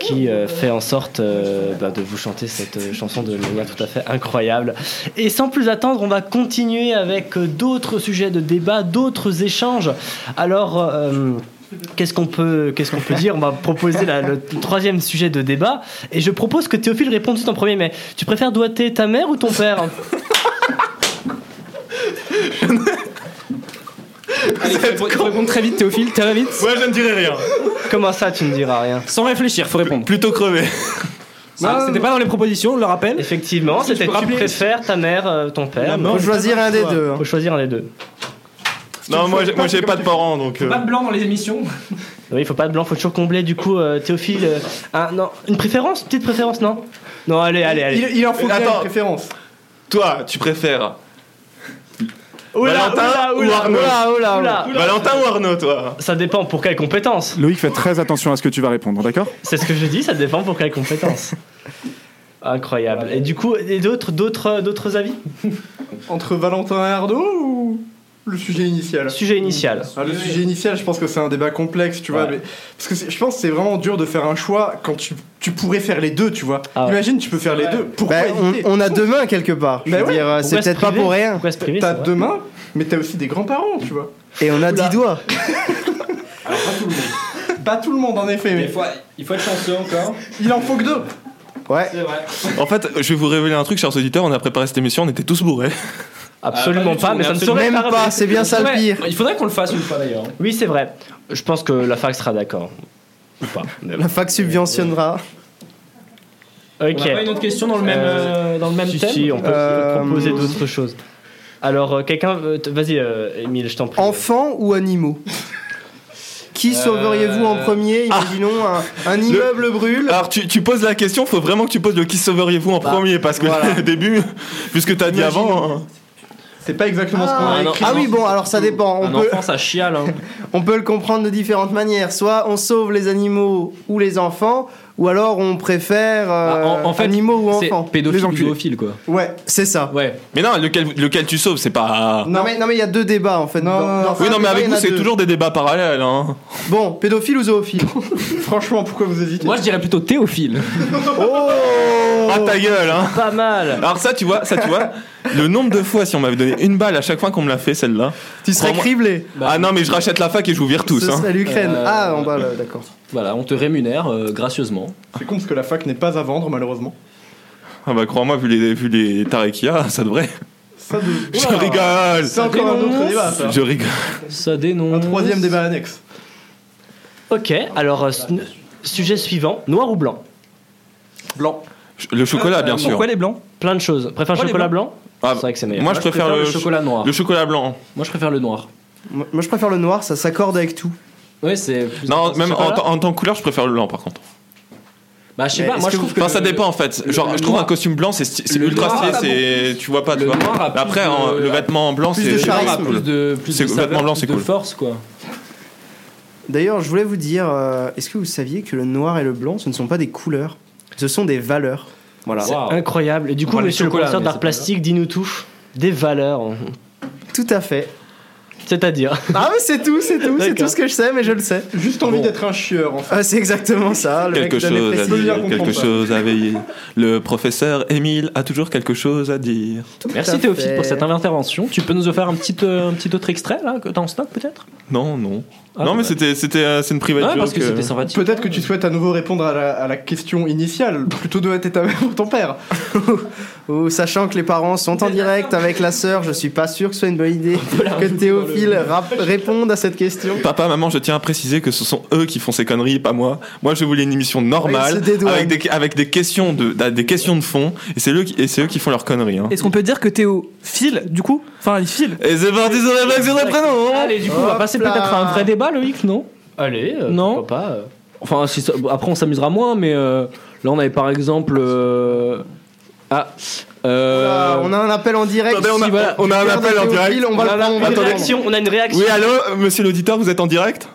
S2: qui euh, fait en sorte euh, bah, de vous chanter cette euh, chanson de manière tout à fait incroyable. Et sans plus attendre, on va continuer avec euh, d'autres sujets de débat, d'autres échanges. Alors. euh, Qu'est-ce qu'on peut, qu'est-ce qu'on peut dire On va proposer la- le troisième sujet de débat. Et je propose que Théophile réponde tout en premier. Mais tu préfères doiter ta mère ou ton père
S4: Allez, faut, faut répondre très vite, Théophile, très vite.
S3: Ouais, je ne dirai rien.
S2: Comment ça, tu ne diras rien
S4: Sans réfléchir, faut répondre.
S3: Plutôt crevé.
S4: Ah, C'était pas dans les propositions, on le rappelle.
S2: Effectivement, c'était tu préfères ta mère, euh, ton père.
S1: Faut choisir un des deux. hein.
S2: Faut choisir un des deux.
S3: Non, moi, j'ai- moi, j'ai pas de parents, donc. euh,
S4: de blanc dans les émissions.
S2: Oui, il faut pas de blanc, faut toujours combler. Du coup, euh, Théophile, euh, un- non, une préférence, petite préférence, non Non, allez, allez, allez.
S1: Il, il en faut bien
S3: Euh, Attends.
S1: une préférence.
S3: Toi, tu préfères
S2: Oula,
S3: Valentin
S2: oula,
S3: ou
S2: oula,
S3: Arnaud
S2: oula, oula, oula.
S3: Valentin ou Arnaud, toi
S2: Ça dépend pour quelle compétence.
S6: Loïc, fais très attention à ce que tu vas répondre, d'accord
S2: C'est ce que je dis, ça dépend pour quelle compétence. Incroyable. Et du coup, et d'autres, d'autres, d'autres avis
S1: Entre Valentin et Arnaud ou le sujet
S3: Bah,
S1: initial
S2: Sujet initial.
S1: Ah, le sujet initial, je pense que c'est un débat complexe, tu vois.
S2: Ouais.
S1: mais- Parce que c'est- je pense que c'est vraiment dur de faire un choix quand tu, tu pourrais faire les deux, tu vois.
S2: Ah ouais.
S1: Imagine, tu peux faire les deux. Pourquoi
S8: on,
S1: hésiter
S8: on a deux mains quelque part. Je
S2: Ben
S1: Bah
S8: veux
S1: ouais.
S8: dire, euh, c'est
S2: Pourquoi se
S8: peut-être pas
S2: priver
S8: pour rien.
S2: Pourquoi se priver, c'est
S1: T'as
S2: vrai.
S1: deux mains, mais t'as aussi des grands-parents, tu vois.
S8: Et on a dix
S2: [LAUGHS]
S8: doigts.
S1: Pas tout le monde, en effet, mais
S4: il faut être chanceux encore.
S1: il en faut que deux.
S8: Ouais.
S3: En fait, je vais vous révéler un truc, chers auditeurs. On a préparé cette émission, on était tous bourrés.
S2: Absolument
S4: Ah, pas du
S2: pas,
S4: tout,
S2: mais ça ne
S4: absolument
S2: saurait
S8: Même
S2: tarder.
S8: pas, c'est bien ça le pire.
S4: Il faudrait qu'on le fasse une fois d'ailleurs.
S2: Oui, c'est vrai. Je pense que la fac sera d'accord. Ou pas.
S8: La fac subventionnera.
S4: On
S2: Ok.
S4: a pas une autre question dans le même,
S2: Euh,
S4: euh, dans le même
S2: Si,
S4: thème
S2: si, on peut
S8: Euh,
S2: proposer d'autres choses. Alors, euh, quelqu'un, euh, t- vas-y, euh, Émile, je t'en prie.
S8: Enfants ou animaux Qui sauveriez-vous en premier Imaginons un, un immeuble brûle.
S3: Alors, tu, tu poses la question, faut vraiment que tu poses le qui sauveriez-vous en premier, parce que
S8: Bah, voilà.
S3: [LAUGHS] au début, puisque t'as dit avant. hein.
S1: C'est pas exactement ce qu'on
S8: Ah,
S1: a
S4: un
S1: écrit.
S4: enfant,
S8: ah oui, bon, alors ça dépend. On
S4: Un
S8: peut,
S4: enfant, ça chiale. hein.
S8: on peut le comprendre de différentes manières. Soit on sauve les animaux ou les enfants, ou alors on préfère euh,
S4: Bah, en- en fait,
S8: animaux ou
S4: C'est
S8: enfants.
S4: pédophile
S6: Les
S4: ou
S6: enculés.
S4: zoophile, quoi.
S8: Ouais, c'est ça.
S4: Ouais.
S3: Mais non, lequel, lequel tu sauves, c'est pas.
S8: Non mais non mais il y a deux débats en fait.
S1: Non,
S8: Dans-
S1: non, non.
S8: dans
S3: oui,
S8: un
S3: non, mais
S8: débat, il
S3: avec
S8: y en
S3: nous,
S8: a
S3: c'est
S8: deux.
S3: toujours des débats parallèles. Hein.
S8: Bon, pédophile ou zoophile
S1: Franchement, pourquoi vous hésitez
S4: Moi, je dirais plutôt théophile.
S8: Oh.
S3: Ah, ta gueule, hein
S2: Pas mal.
S3: Alors, ça, tu vois, ça, tu vois, le nombre de fois, si on m'avait donné une balle à chaque fois qu'on me l'a fait, celle-là.
S8: Tu serais
S3: Pour moi-
S8: criblé.
S3: ah non, mais je rachète la fac et je vous vire tous.
S8: Bah, Ce
S3: hein.
S8: serait l'Ukraine.
S4: Euh,
S8: Ah, en bas là, d'accord.
S4: Voilà, on te rémunère euh, gracieusement.
S1: C'est con parce que la fac n'est pas à vendre, malheureusement.
S3: Ah bah, crois-moi, vu les, vu les tarés qu'il y a, [LAUGHS] ça devrait.
S1: Ça, de-
S3: Je
S1: Oula.
S3: rigole
S1: C'est encore un autre débat, ça.
S3: Je rigole.
S4: Ça dénonce.
S1: Un troisième débat annexe.
S2: Ok, alors, euh, su- sujet suivant noir ou blanc
S3: Le chocolat,
S8: Ah,
S3: bien sûr.
S4: Pourquoi les blancs
S2: Plein de choses. Préfère
S4: Moi, les
S2: chocolat blanc
S3: Ah,
S2: C'est vrai que c'est meilleur.
S3: moi, je préfère, le, ch-
S4: chocolat noir.
S3: le chocolat blanc.
S4: Moi, je préfère le noir.
S8: Moi, moi, je préfère le noir, ça s'accorde avec tout.
S4: Ouais, c'est. plus
S3: Non,
S4: intense.
S3: même en,
S4: Chocolat
S3: tant- en tant que couleur, je préfère le blanc, par contre.
S4: Bah, je sais
S8: Mais
S4: pas,
S8: est-ce
S4: moi,
S8: que
S4: je trouve
S8: vous-
S4: que.
S3: Enfin, ça dépend en fait.
S4: le-
S3: Genre,
S4: le
S3: je trouve
S4: noir.
S3: un costume blanc, c'est sti- c'est
S4: Le
S3: ultra stylé,
S4: noir, ah
S3: c'est tu vois pas, tu
S4: Le
S3: vois.
S4: noir a plus
S3: Après,
S4: de-
S3: en- le vêtement blanc,
S8: plus
S3: c'est
S8: de
S3: c'est
S8: charisme.
S3: vraiment
S4: Plus
S3: cool.
S4: de, plus
S3: C'est
S4: de saveur,
S3: complètement blanc,
S4: plus
S3: c'est
S4: de
S3: cool.
S4: force, quoi.
S8: D'ailleurs, je voulais vous dire, euh, est-ce que vous saviez que le noir et le blanc, ce ne sont pas des couleurs, ce sont des valeurs. Voilà.
S2: Ah.
S4: Waouh.
S2: Incroyable. Et du
S4: On
S2: coup,
S4: parlait de
S2: monsieur le
S4: chocolat,
S2: professeur
S4: mais
S2: d'art
S4: c'est pas
S2: plastique, dis-nous tout. Des valeurs. hein.
S8: Tout à fait.
S2: [LAUGHS] C'est-à-dire.
S8: Ah mais c'est tout, c'est tout, c'est
S2: D'accord.
S8: tout ce que je sais, mais je le sais.
S1: Juste envie d'être un chieur, en fait.
S8: Ah, c'est exactement ça. Le
S3: Quelque
S8: mec jamais
S3: chose à
S8: précisé.
S3: dire,
S1: comprends
S3: quelque
S1: pas.
S3: chose à veiller. Le professeur Émile a toujours quelque chose à dire.
S8: Tout
S4: Merci
S8: à
S4: Théophile
S8: fait.
S4: pour cette intervention. Tu peux nous offrir un petit, euh, un petit autre extrait là que t'as en stock peut-être
S3: Non, non.
S4: Ah,
S3: non, mais
S4: dommage.
S3: c'était, c'était, euh, c'est une private
S4: Ouais, parce
S3: joke,
S4: que
S3: euh.
S4: c'était sympathique.
S8: Peut-être que tu souhaites à nouveau répondre à la, à la question initiale, [LAUGHS] plutôt de être ta mère ou ton père.
S1: [LAUGHS] Ou sachant que les parents sont en direct avec la sœur, je suis pas sûr que ce soit une bonne idée que Théophile rap- réponde à cette question.
S3: Papa, maman, je tiens à préciser que ce sont eux qui font ces conneries, pas moi. Moi, je voulais une émission
S1: Ils
S3: normale,
S1: se dédouanent.
S3: avec des, avec des questions de, des questions de fond, et c'est eux qui, et c'est eux qui font leurs conneries. Hein.
S9: Est-ce qu'on peut dire que Théo file, du coup Enfin, il file.
S3: Et c'est parti sur les blagues sur les prénoms.
S9: Allez, du coup, on va
S1: Hop
S9: passer
S1: là.
S9: peut-être à un vrai débat, Loïc, non
S2: Allez, euh,
S9: Non.
S2: pourquoi pas. euh.
S9: Enfin, si ça- bon, après, on s'amusera moins, mais euh, là, on avait par exemple. euh, Ah. euh,
S1: Ah, on a un appel en direct.
S3: Attendez, on a-
S1: Si, voilà,
S3: on a un
S1: du père
S3: appel
S1: de
S3: en direct.
S1: Théophile, On va le prendre, on va le
S2: Une
S1: prendre.
S2: réaction, on a une réaction.
S3: Oui, allô, euh, monsieur l'auditeur, vous êtes en direct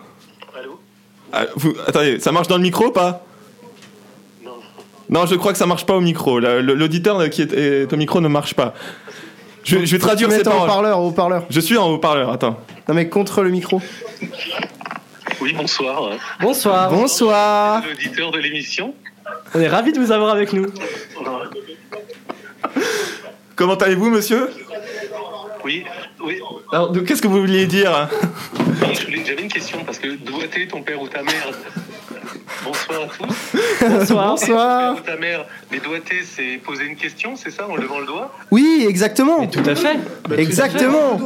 S3: Allô Attendez, ça marche dans le micro ou pas Non. Non, je crois que ça marche pas au micro. La- le- L'auditeur euh, qui est, est au micro ne marche pas. Je, je vais traduire ses
S1: Mets en
S3: paroles.
S1: haut-parleur, au haut-parleur.
S3: Je suis en haut-parleur, attends.
S1: Non mais contre le micro.
S10: Oui, bonsoir. euh,
S2: Bonsoir.
S1: Bonsoir.
S10: L'auditeur de l'émission.
S2: On est ravis de vous avoir avec nous.
S3: Comment allez-vous, monsieur
S10: Oui, oui.
S3: Alors, donc, qu'est-ce que vous vouliez dire
S10: oui, je voulais- j'avais une question parce que d'où était ton père ou ta mère Bonsoir à tous.
S2: Bonsoir.
S3: Ah.
S1: Bonsoir.
S10: Ton père ou ta mère, les doigtés, c'est poser une question, c'est ça, en levant le doigt
S1: Oui, exactement.
S2: Tout à fait.
S3: bah,
S1: Exactement.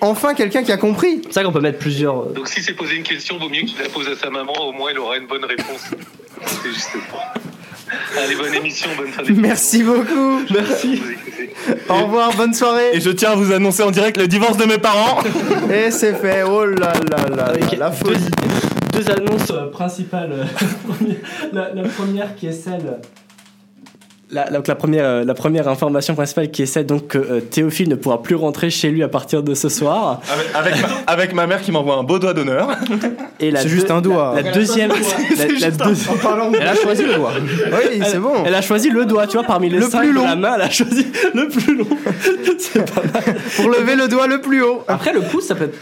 S1: Enfin quelqu'un qui a compris.
S2: C'est ça qu'on peut mettre plusieurs. euh,
S10: Donc si c'est poser une question, vaut mieux qu'il la pose à sa maman, au moins il aura une bonne réponse. C'est juste ça. Allez, bonne émission, bonne fin d'émission.
S1: Merci beaucoup.
S10: Merci.
S1: Au revoir, bonne soirée.
S3: Et je tiens à vous annoncer en direct le divorce de mes parents.
S1: Et c'est fait. Oh là là là. là,
S2: Avec
S1: La
S2: deux,
S1: folie.
S2: deux annonces euh, principales.
S9: [LAUGHS]
S2: euh, la, la première qui est celle. La, donc la première, euh, la première information principale qui est celle donc que euh, Théophile ne pourra plus rentrer chez lui à partir de ce soir.
S3: Avec, avec ma, avec ma mère qui m'envoie un beau doigt d'honneur.
S2: Et la
S1: C'est juste
S2: deux-
S1: un doigt.
S2: La, la deuxième. la- la deux-
S1: Elle a choisi le doigt. Oui, c'est bon.
S2: [LAUGHS] Elle a choisi le doigt, tu vois, parmi les
S1: Le
S2: cinq
S1: plus
S2: de
S1: long.
S2: la main, elle a choisi le plus long. C'est pas mal.
S1: Pour lever le doigt le plus haut.
S4: Ah,
S9: Après, le pouce, ça peut être.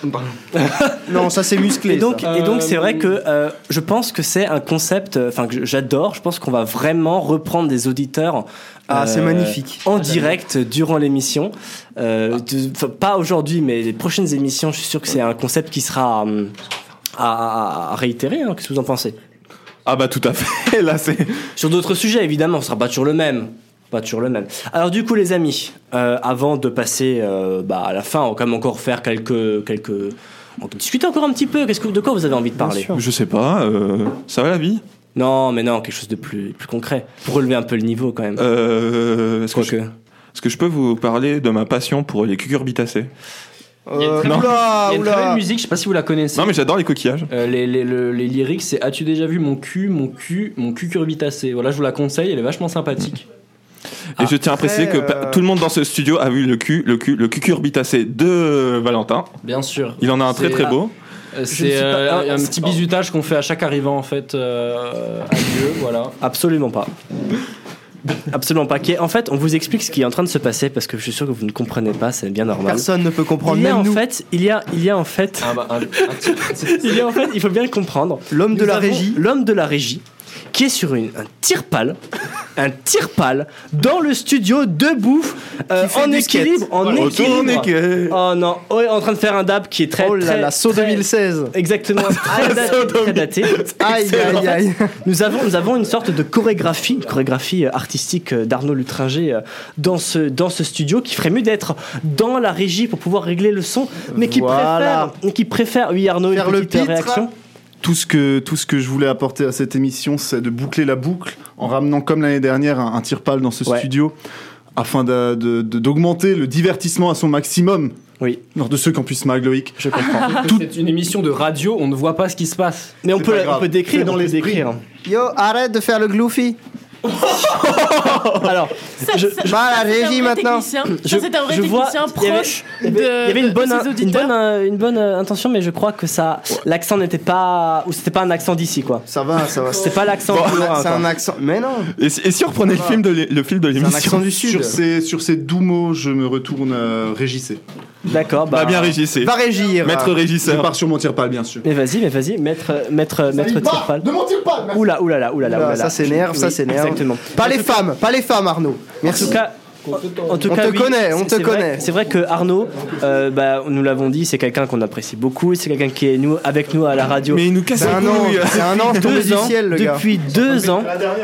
S1: Non, ça c'est musclé.
S2: Et donc,
S1: ça.
S2: et donc c'est
S9: Euh,
S2: vrai que euh, je pense que c'est un concept, euh, enfin que j'adore. Je pense qu'on va vraiment reprendre des auditeurs.
S1: Ah,
S2: euh,
S1: c'est magnifique.
S2: En direct euh, durant l'émission, Euh, de- enfin, pas aujourd'hui, mais les prochaines émissions, je suis sûr que c'est un concept qui sera hum, à, à- à réitérer. hein. Qu'est-ce que vous en pensez
S3: Ah bah tout à fait, [LAUGHS] là c'est...
S2: Sur d'autres sujets, évidemment, ce sera pas toujours le même. Pas toujours le même. Alors du coup, les amis, euh, avant de passer euh, bah, à la fin, on va quand même encore faire quelques quelques. On peut discuter encore un petit peu. Qu'est-ce que de quoi vous avez envie de parler
S3: Je sais pas, euh, ça va la vie
S2: Non, mais non, quelque chose de plus, plus concret. Pour relever un peu le niveau quand même.
S3: Euh, Est-ce que, je-
S2: Quoique.
S3: est-ce que je peux vous parler de ma passion pour les cucurbitacées
S9: Il y a une
S1: Euh,
S9: très
S3: non.
S1: Oula,
S9: Il y a une très
S1: oula.
S9: belle musique, je sais pas si vous la connaissez.
S3: Non mais j'adore les coquillages.
S9: Euh, les, les, le- les lyrics, c'est As-tu déjà vu mon cul, mon cul, mon cul curbitacé Voilà, je vous la conseille, elle est vachement sympathique.
S3: Et je tiens à préciser que pa-
S1: euh,
S3: tout le monde dans ce studio a vu le cul, le cul, le cucurbitacé de euh, Valentin.
S9: Bien sûr.
S3: Il en a un très
S9: C'est-
S3: très beau.
S9: Euh, C'est
S2: suis pas-
S9: euh,
S2: Ah,
S9: un
S2: c'est-
S9: petit bizutage qu'on fait à chaque arrivant en fait. Euh, adieu, voilà.
S2: Absolument pas. Absolument pas. Qui est- En fait, on vous explique ce qui est en train de se passer parce que je suis sûr que vous ne comprenez pas, c'est bien normal.
S1: Personne ne peut comprendre,
S2: Il y a
S1: même
S2: en
S1: nous.
S2: fait, il y a, il y a en fait,
S9: Ah bah, un- un petit-
S2: il y a en fait, il faut bien le comprendre.
S1: L'homme de
S2: Nous
S1: la
S2: avons
S1: régie.
S2: L'homme de la régie qui est sur une, un tire-pâle, un tire-pâle dans le studio debout, euh,
S1: fait
S2: en
S1: du skate.
S2: équilibre, en
S3: Retourne et
S2: équilibre.
S3: que-
S2: Oh non, oh, en train de faire un dab qui est très
S1: Oh là
S2: très,
S1: là, saut
S2: très-
S1: 2016.
S2: Exactement,
S1: [LAUGHS]
S2: très daté, très daté.
S1: Aïe, aïe, aïe.
S2: Nous avons, nous avons une sorte de chorégraphie, une chorégraphie euh, artistique euh, d'Arnaud Lutringer euh, dans ce, dans ce studio qui ferait mieux d'être dans la régie pour pouvoir régler le son, mais qui
S1: Voilà.
S2: préfère, qui préfère, oui Arnaud,
S1: Faire
S2: une
S1: le
S2: petite
S1: pitre.
S2: réaction.
S6: Tout ce, que, tout ce que je voulais apporter à cette émission, c'est de boucler la boucle en ramenant, comme l'année dernière, un, un tire-pâle dans ce
S2: Ouais.
S6: studio afin d'a- de- de- d'augmenter le divertissement à son maximum
S2: Oui.
S6: lors de ce campus mag Loïc.
S2: Je comprends.
S9: C'est une émission de radio, on ne voit pas ce qui se passe.
S2: Mais on
S6: C'est
S2: peut,
S6: pas
S2: la- on
S6: grave,
S2: peut décrire,
S6: c'est dans
S2: on peut
S6: l'esprit.
S2: décrire.
S1: Yo, arrête de faire le gloofy.
S2: Alors, je, je-
S1: Bah,
S11: Ça,
S1: la
S11: c'est un
S1: régie
S11: vrai
S1: maintenant.
S11: technicien. Ça,
S2: Je-
S11: c'est un vrai
S2: je vois-
S11: technicien
S2: il y avait-
S11: proche
S2: il y avait-
S11: de-
S2: il y avait une
S11: de
S2: bonne,
S11: ses
S2: une
S11: auditeurs.
S2: bonne, euh, une bonne euh, intention, mais je crois que ça, l'accent n'était pas, ou c'était pas un accent d'ici quoi.
S1: Ça va, ça va.
S2: C'est pas l'accent.
S1: Bon,
S2: du Lorrain,
S1: c'est
S2: quoi.
S1: un accent. Mais non,
S3: Et, si- et si on reprenait le film de l'é- le film de
S1: c'est un accent
S3: l'émission
S1: du
S6: Sur
S1: sud.
S6: ces, sur ces doux mots, je me retourne euh, régissez.
S2: D'accord. Bah,
S3: Bah bien régissé.
S1: Va régir.
S3: Maître
S6: Je
S3: régisseur.
S6: pars sur mon tire-pâle, bien sûr.
S2: Mais vas-y, mais vas-y, maître, maître, maître Tirpal.
S6: mon tire-pâle
S2: Oula, oula, oula, oula,
S1: Oula,
S2: oula.
S1: ça s'énerve, ça s'énerve.
S2: Exactement.
S1: Pas les femmes, pas les femmes, Arnaud.
S2: En
S1: Merci.
S2: tout cas, En tout
S1: On
S2: cas,
S1: te
S2: oui,
S1: connaît, on
S2: c'est-
S1: te
S2: c'est vrai-
S1: connaît.
S2: C'est vrai que Arnaud, euh, bah, nous l'avons dit, c'est quelqu'un qu'on apprécie beaucoup, c'est quelqu'un qui est nous, avec nous à la radio.
S3: Mais il nous casse
S1: C'est
S3: les
S1: un ange,
S3: couilles.
S1: c'est un ange tombé
S2: euh, Deux
S1: du
S2: ans,
S1: ciel, le gars.
S2: depuis deux ans,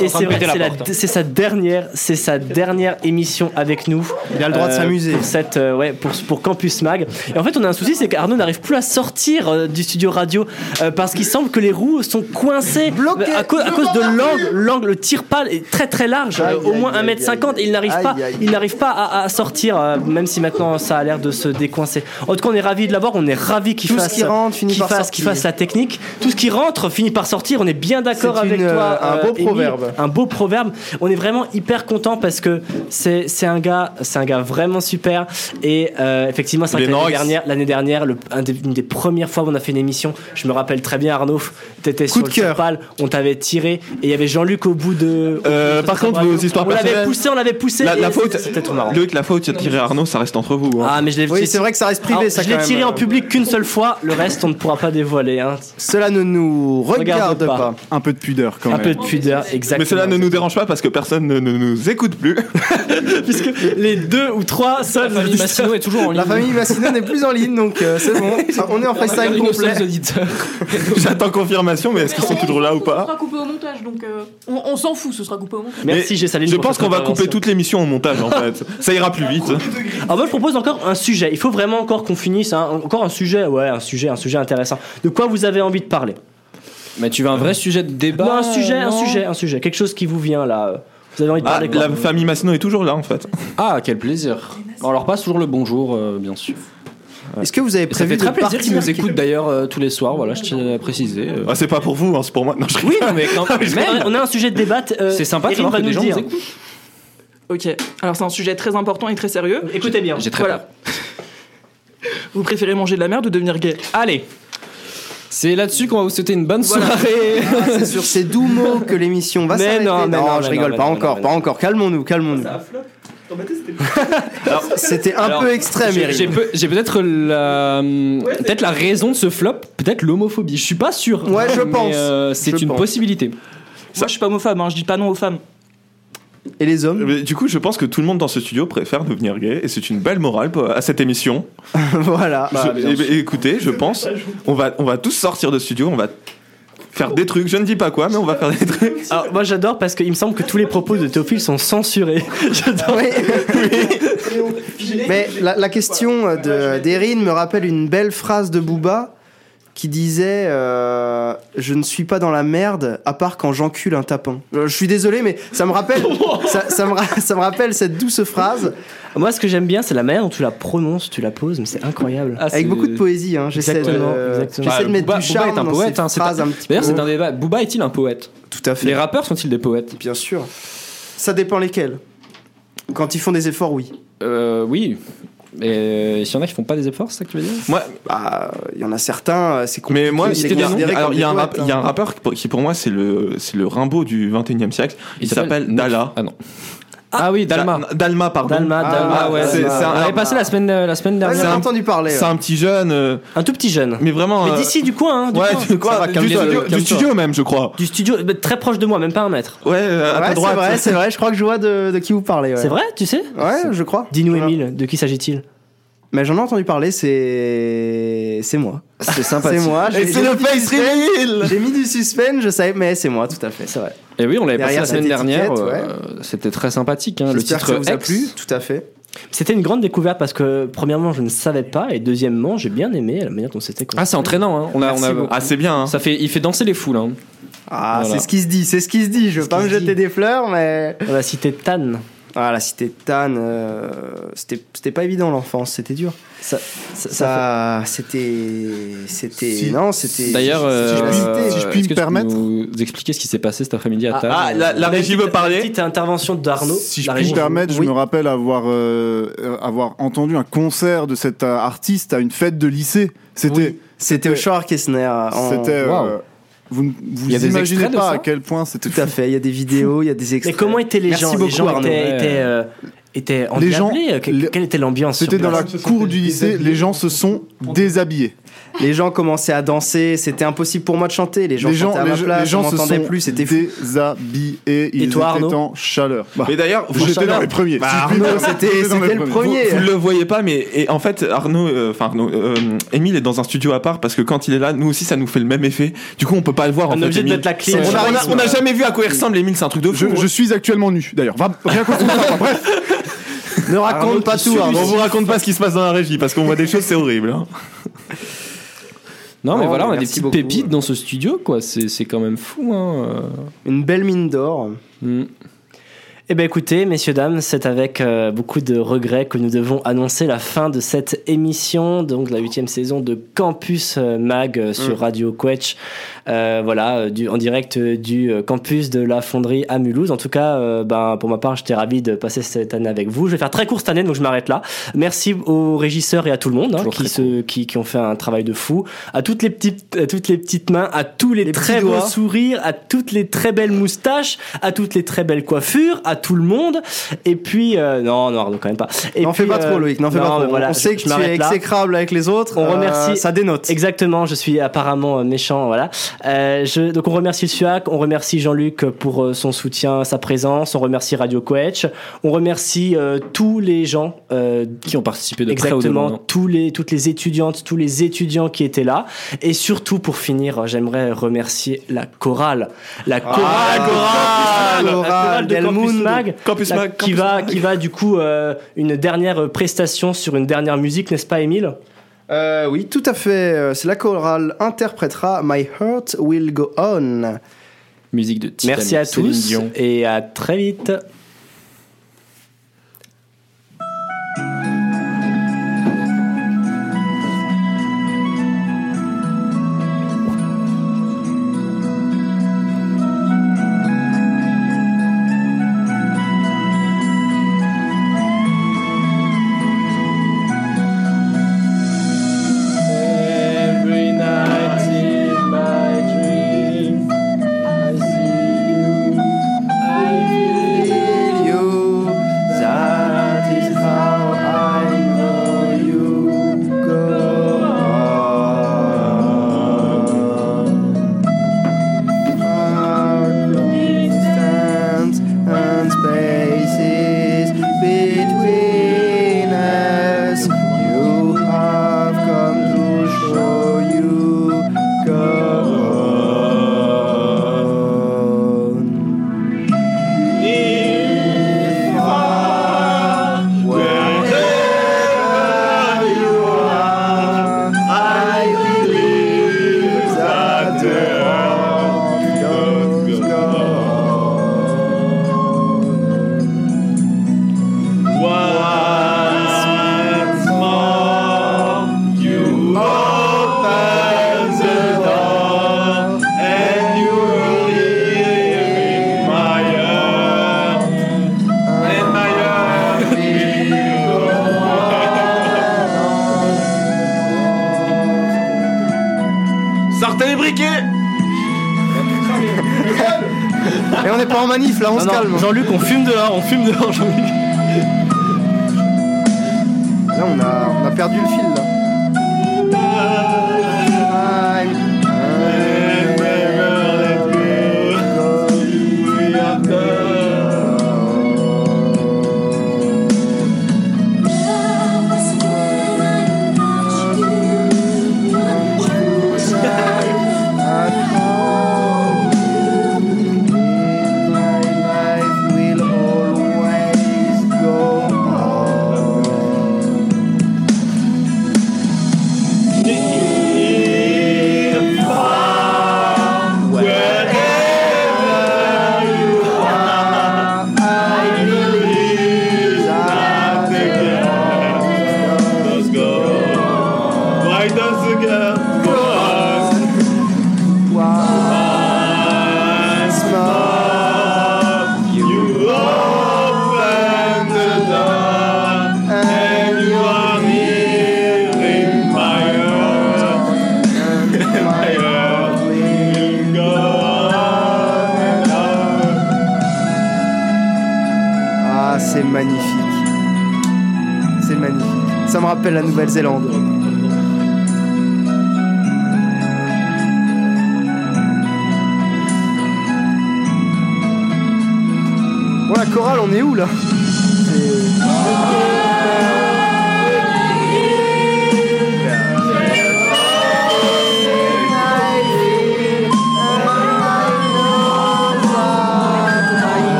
S2: et
S4: de
S2: c'est vrai,
S4: péter la
S2: c'est la-
S4: porte, hein.
S2: c'est sa dernière, c'est sa dernière émission avec nous.
S1: Il a le droit de
S2: euh,
S1: s'amuser.
S2: Pour cette, euh, ouais, pour pour Campus Mag. Et en fait, on a un souci, c'est qu'Arnaud n'arrive plus à sortir euh, du studio radio euh, parce qu'il semble que les roues sont coincées euh,
S1: Bloquées,
S2: à, cause- à
S1: je
S2: cause de
S1: m'en
S2: l'angle, l'angle, le tir pâle est très très large,
S1: Aïe,
S2: euh, au
S1: aïe,
S2: moins
S1: aïe,
S2: 1m50 et il n'arrive
S1: aïe,
S2: pas,
S1: aïe.
S2: il n'arrive pas à, à sortir, euh, même si maintenant ça a l'air de se décoincer. En tout cas, on est ravi de l'avoir, on est ravi qu'il
S1: Tout ce
S2: fasse,
S1: qui rentre finit
S2: qu'il
S1: par
S2: fasse,
S1: sortir.
S2: qu'il fasse la technique. Tout ce qui rentre finit par sortir. On est bien d'accord
S1: C'est
S2: avec
S1: une,
S2: toi.
S1: euh, un beau
S2: Émile.
S1: proverbe.
S2: Un beau proverbe. On est vraiment hyper content parce que c'est c'est un gars, c'est un gars vraiment super. Et euh, effectivement, c'est vrai que
S3: Les
S2: l'année
S3: Norris.
S2: dernière, l'année dernière, le- un des- une des premières fois où on a fait une émission, je me rappelle très bien Arnaud, t'étais sur
S1: de
S2: le
S1: cœur.
S2: Serpal, on t'avait tiré et il y avait Jean-Luc au bout de.
S3: Euh,
S2: au bout de
S3: par
S2: ce
S3: contre,
S2: radio.
S3: vos histoires
S2: On l'avait
S3: personnelles.
S2: poussé, on l'avait poussé.
S3: La,
S2: et
S3: la
S2: c'était-
S3: faute,
S2: C'était trop marrant.
S3: Loïc, la faute, il a tiré Arnaud, ça reste entre vous. hein.
S2: Ah, mais je l'ai
S1: Oui, c'est vrai que ça reste privé,
S2: Alors,
S1: ça,
S2: Je
S1: quand
S2: l'ai tiré
S1: même. euh,
S2: en public qu'une seule fois, le reste on ne pourra pas dévoiler. hein.
S1: Cela ne nous regarde,
S2: Regarde
S1: pas.
S2: pas.
S6: Un peu de pudeur quand
S2: Un
S6: même.
S2: peu de pudeur, exactement.
S3: mais cela ne nous dérange pas parce que personne ne, ne nous écoute plus. [LAUGHS]
S2: Puisque [LAUGHS] les deux ou trois seuls.
S4: Famille Massino est toujours en ligne.
S1: La
S2: [LAUGHS]
S1: famille Massina n'est plus en ligne, donc euh, c'est bon. Ça, On est en freestyle
S4: Nos seuls
S1: complet.
S4: auditeurs.
S3: J'attends confirmation, mais est-ce qu'ils sont toujours là ou
S11: Ce
S3: pas
S11: sera coupé au montage, donc euh, on, on s'en fout, ce sera coupé au montage.
S2: Merci, j'ai
S3: Je pense qu'on va couper toute l'émission au montage en fait. Ça ira plus vite.
S2: Ah, moi je propose encore un sujet. Il faut vraiment encore qu'on finisse. hein. Encore un sujet, ouais, un sujet, un sujet intéressant. De quoi vous avez envie de parler
S4: Mais tu veux un vrai sujet de débat
S2: Non, un sujet, un
S4: Bah, non Bah,
S2: sujet, un sujet. Quelque chose qui vous vient là. euh. Vous avez envie de
S3: Ah,
S2: parler quoi
S3: la famille Massino est toujours là en fait.
S4: Ah, quel plaisir. On leur passe toujours le bonjour, euh, bien sûr.
S1: Est-ce que vous avez
S4: Et ça
S1: prévu
S4: fait
S1: de
S4: très plaisir qu'ils
S1: partir
S4: nous écoutent d'ailleurs euh, tous les soirs, voilà, je tiens à préciser. euh.
S3: Ah, c'est pas pour vous, hein, c'est pour moi. Non, je
S4: Oui, non, mais [LAUGHS] quand
S2: Mais
S4: même.
S2: on a un sujet de débat. euh,
S4: C'est sympa de
S2: Erin
S4: savoir
S2: va
S4: que des
S2: nous
S4: gens
S2: dire.
S4: nous écoutent.
S11: Ok, alors c'est un sujet très important et très sérieux.
S2: Écoutez bien.
S4: J'ai très
S11: Voilà.
S4: peur.
S11: Vous préférez manger de la merde ou devenir gay
S4: Allez C'est là-dessus qu'on va vous souhaiter une bonne soirée.
S1: Ah, C'est [LAUGHS] sur ces doux mots que l'émission va
S2: Mais
S1: s'arrêter.
S2: non, mais non,
S1: je
S2: mais
S1: rigole
S2: non,
S1: pas
S2: mais non,
S1: encore,
S2: mais
S1: pas encore. Calmons-nous, calmons-nous. [LAUGHS] Alors, C'était un
S4: Alors,
S1: peu extrême,
S4: J'ai- J'ai
S1: Eric.
S4: peu- j'ai peut-être la, peut-être la raison de ce flop, peut-être l'homophobie. Je suis pas sûr.
S1: Ouais, je
S4: Mais,
S1: pense.
S4: euh, c'est
S1: Je
S4: une
S1: pense.
S4: possibilité.
S11: Moi, je suis pas homophobe, hein, je dis pas non aux femmes.
S1: Et les hommes
S3: Mais du coup, je pense que tout le monde dans ce studio préfère devenir gay et c'est une belle morale pour- à cette émission.
S1: [LAUGHS] Voilà.
S3: Je- eh ben, écoutez, je pense, on va, on va tous sortir de studio, on va faire des trucs. Je ne dis pas quoi, mais on va faire des trucs.
S2: Alors, moi j'adore parce qu'il me semble que tous les propos de Théophile sont censurés. j'adore.
S1: [LAUGHS] Oui. Mais la, la question euh, de- d'Erin me rappelle une belle phrase de Booba qui disait euh, Je ne suis pas dans la merde à part quand j'encule un tapin. Euh, Je suis désolé, mais ça me rappelle, ça, ça me, ra- ça me rappelle cette douce phrase
S2: Moi ce que j'aime bien, c'est la manière dont tu la prononces, tu la poses, mais c'est incroyable.
S4: Ah, c'est-
S1: avec beaucoup de poésie. hein. J'essaie de,
S2: Exactement, exactement.
S1: j'essaie de
S4: Bah,
S1: mettre
S4: Booba-
S1: du
S4: Booba
S1: charme
S4: est un
S1: dans
S4: poète,
S1: ces
S4: hein, c'est
S1: phrases
S4: un-
S1: un petit
S4: D'ailleurs,
S1: peu.
S4: c'est un débat. Booba est-il un poète
S1: Tout à fait.
S4: Les rappeurs sont-ils des poètes
S1: Bien sûr. Ça dépend lesquels. Quand ils font des efforts, oui.
S4: euh, Oui. Et s'il y en a qui font pas des efforts, c'est ça que tu veux dire
S3: Moi,
S1: Bah, il y en a certains, euh, c'est compliqué.
S3: mais moi,
S1: de les
S3: il y a,
S1: considérer
S3: alors,
S1: comme
S3: il y a un,
S1: des
S3: rap-
S1: poètes,
S3: il y a un
S1: hein.
S3: rappeur qui pour- qui pour moi c'est le, c'est le Rimbaud du 21e siècle. Il, s'appelle Dala.
S4: Ah non. Ah, oui, Dalma.
S3: Da- Dalma, pardon.
S2: Dalma,
S1: Ah,
S2: Dalma,
S1: ouais,
S2: Dalma.
S3: c'est- c'est
S4: On
S3: un-
S4: avait passé la semaine, euh, la semaine
S1: Ouais,
S4: dernière.
S1: Ah, J'en ai
S3: un-
S1: entendu parler.
S3: C'est
S1: ouais.
S3: un petit jeune, euh,
S2: Un tout petit jeune.
S3: mais vraiment.
S2: Mais
S3: euh,
S2: d'ici du coin, hein, du,
S3: ouais,
S2: coin.
S3: du, quoi,
S4: va,
S3: du
S4: calme-toi,
S3: studio,
S4: calme-toi.
S3: du studio même, je crois.
S2: Du studio, bah, très proche de moi, même pas un mètre.
S3: Ouais, euh, à
S1: Ouais,
S3: ta
S1: c'est
S3: droite.
S1: vrai, c'est vrai, je crois que je vois de, de qui vous parlez. ouais.
S2: C'est vrai, tu sais
S1: Ouais, je crois.
S2: Dis-nous,
S1: Voilà.
S2: Émile, de qui s'agit-il
S1: Mais j'en ai entendu parler, c'est. C'est moi. [LAUGHS] C'est sympa. C'est moi. j'ai-
S3: Et c'est
S1: j'ai
S3: le
S1: mis du
S3: face
S1: suspense,
S3: reveal
S1: J'ai mis du suspense, je savais, mais c'est moi, tout à fait.
S2: C'est vrai.
S4: Et oui, on l'avait passé
S1: Derrière
S4: la semaine
S1: cette
S4: dernière.
S1: étiquette,
S4: euh, C'était très sympathique. hein, Le
S1: J'espère
S4: titre
S1: que ça vous a
S4: Ex.
S1: plu. Tout à fait.
S2: C'était une grande découverte parce que, premièrement, je ne savais pas, et deuxièmement, j'ai bien aimé la manière dont c'était. construit.
S4: Ah, c'est entraînant. hein. On a, on a-
S3: Ah, c'est bien. hein.
S4: ça fait, il fait danser les foules. hein.
S1: Ah,
S4: Voilà.
S1: c'est ce qui se dit, c'est ce qui se dit. Je veux pas
S2: qui
S1: me
S2: se
S1: jeter
S2: dit.
S1: des fleurs, mais.
S2: On a cité Tan.
S1: Ah, la cité de Tannes, euh, c'était c'était pas évident l'enfance, c'était dur.
S2: Ça, ça- ça
S1: Ça, c'était. C'était.
S6: Si-
S1: Non, c'était.
S4: D'ailleurs,
S6: je puis-
S4: euh,
S6: si
S4: est-ce
S6: je puis me
S4: que tu peux
S6: permettre.
S4: nous expliquer ce qui s'est passé cet après-midi à
S2: Ah,
S4: Tarbes
S3: Ah, la, la
S2: fait-
S3: régie veut
S2: La
S3: parler.
S2: petite intervention d'Arnaud.
S6: Si je
S2: la
S6: puis
S2: régie.
S6: me permettre, je
S1: Oui.
S6: me rappelle avoir, euh, euh, avoir entendu un concert de cet euh, artiste à une fête de lycée. C'était.
S1: C'était au Shore Kessner. Ah, en-
S6: c'était euh,
S4: Waouh.
S6: vous ne- vous
S4: Il y a des
S6: imaginez
S4: extraits de
S6: pas
S4: ça
S6: à quel point c'était.
S1: Tout à
S6: fou.
S1: fait, il y a des vidéos, il y a des
S2: Mais
S1: extraits.
S2: comment étaient les
S1: Merci
S2: gens
S1: beaucoup,
S2: Les gens
S1: Arnaud.
S2: étaient,
S4: Ouais.
S2: étaient, euh, étaient
S6: Les gens-
S2: endiablés. Que-
S6: les-
S2: Quelle était l'ambiance sur
S6: C'était dans la
S2: place
S6: cour du lycée, les gens se sont déshabillés.
S1: Les gens commençaient à danser, c'était impossible pour moi de chanter. Les gens
S6: les
S1: chantaient
S6: gens,
S1: à
S6: les,
S1: ma
S6: gens-
S1: place,
S6: les
S1: on
S6: gens se
S1: m'entendait
S6: sont
S1: plus, c'était fou.
S6: déshabillés, ils
S1: toi,
S6: étaient
S1: Arnaud
S6: en chaleur. Bah,
S3: Mais d'ailleurs,
S6: j'étais dans les premiers.
S3: Bah,
S6: Si je
S3: Arnaud,
S6: dis pas,
S1: c'était-
S6: j'étais dans
S1: c'était
S6: les
S1: le premier.
S6: premiers.
S3: Vous, vous le voyez pas, mais et en fait, Arnaud, euh, enfin Arnaud, euh, Émile est dans un studio à part parce que quand il est là, nous aussi, ça nous fait le même effet. Du coup, on peut pas le voir.
S2: On
S3: en
S2: est
S3: fait,
S2: obligé de
S3: Émile.
S2: mettre la clim.
S3: On a-
S2: C'est
S3: on a,
S6: charisme.
S3: on a jamais vu à quoi il ressemble, Émile. C'est un truc de fou.
S6: Je, je suis actuellement nu, d'ailleurs. Va- Rien contre moi, enfin, bref.
S1: Ne raconte pas tout.
S3: hein. on
S1: Arnaud.
S3: vous raconte pas ce qui se passe dans la régie parce qu'on voit des choses, c'est horrible. hein.
S4: Non, mais
S1: Non,
S4: voilà,
S1: mais
S4: on a des
S1: merci
S4: petites
S1: beaucoup.
S4: pépites dans ce studio, quoi. C'est c'est quand même fou, hein.
S1: Une belle mine d'or.
S4: euh. Mm.
S2: Eh bien écoutez, messieurs, dames, c'est avec euh, beaucoup de regrets que nous devons annoncer la fin de cette émission, donc la huitième saison de Campus euh, Mag euh,
S4: Mm.
S2: sur Radio Quetch, Euh, voilà, euh, du, en direct euh, du euh, campus de la fonderie à Mulhouse. En tout cas, euh, ben, pour ma part, j'étais ravi de passer cette année avec vous. Je vais faire très court cette année, donc je m'arrête là. Merci aux régisseurs et à tout le monde hein,
S4: Toujours
S2: qui,
S4: très
S2: se, qui, qui ont fait un travail de fou, à toutes les petites, à toutes les petites mains, à tous les, très beaux sourires, à toutes les très belles moustaches, à toutes les très belles coiffures, à tout le monde. Et puis, euh, non, non, Arnaud, quand même pas. Et
S1: N'en
S2: puis,
S1: fais pas
S2: euh,
S1: trop, Loïc. N'en fais
S2: non,
S1: pas
S2: mais
S1: trop.
S2: voilà,
S1: on
S2: je-
S1: sait
S2: je
S1: que tu es
S2: m'arrête là.
S1: exécrable avec les autres.
S2: On
S1: euh,
S2: remercie-
S1: ça dénote.
S2: Exactement, je suis apparemment euh, méchant, voilà. Euh, je, donc on remercie le SUAC, on remercie Jean-Luc pour euh, son soutien, sa présence, on remercie Radio Quetch, on remercie euh, tous les gens euh,
S4: Qui ont participé de près ou de
S2: Exactement,
S4: loin.
S2: tous les, toutes les étudiantes, tous les étudiants qui étaient là. Et surtout, pour finir, j'aimerais remercier la chorale. Ah, La chorale,
S1: Ah, la chorale
S2: la chorale de
S1: Del
S2: Campus
S1: Mundo.
S2: Mag,
S3: Campus
S2: la-
S3: Mag,
S2: qui,
S3: Campus
S2: va,
S3: Mag.
S2: qui va du coup euh, une dernière prestation sur une dernière musique, n'est-ce pas, Émile
S1: Euh, oui, tout à fait. Euh, C'est la chorale interprétera My Heart Will Go On.
S4: Musique de Titanic.
S2: Merci à
S4: Céline
S2: tous
S4: Dion.
S2: et à très vite.
S9: Every night in my dreams, I see you. I feel you.
S1: you. That is how I know you go on. Far from distance and spaces between us, you have come to show you go on.
S3: Sortez les briquets.
S1: Et on n'est pas en manif là, on se calme.
S2: Jean-Luc, on fume dehors, on fume dehors, Jean-Luc.
S1: Là, on a, on a perdu le fil. Là. Ah, Ah, c'est magnifique. C'est magnifique. Ça me rappelle la Nouvelle-Zélande. Oh la chorale, on est où là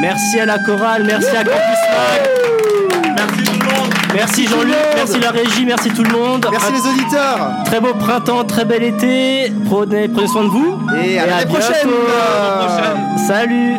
S2: Merci à la chorale, merci à Campus Mag. Merci tout le monde. Merci Jean-Luc, merci la régie, merci tout le monde.
S1: Merci les auditeurs.
S2: Très beau printemps, très bel été. Prenez, prenez soin de vous.
S1: Et à l'année
S2: bientôt.
S1: prochaine.
S2: Salut.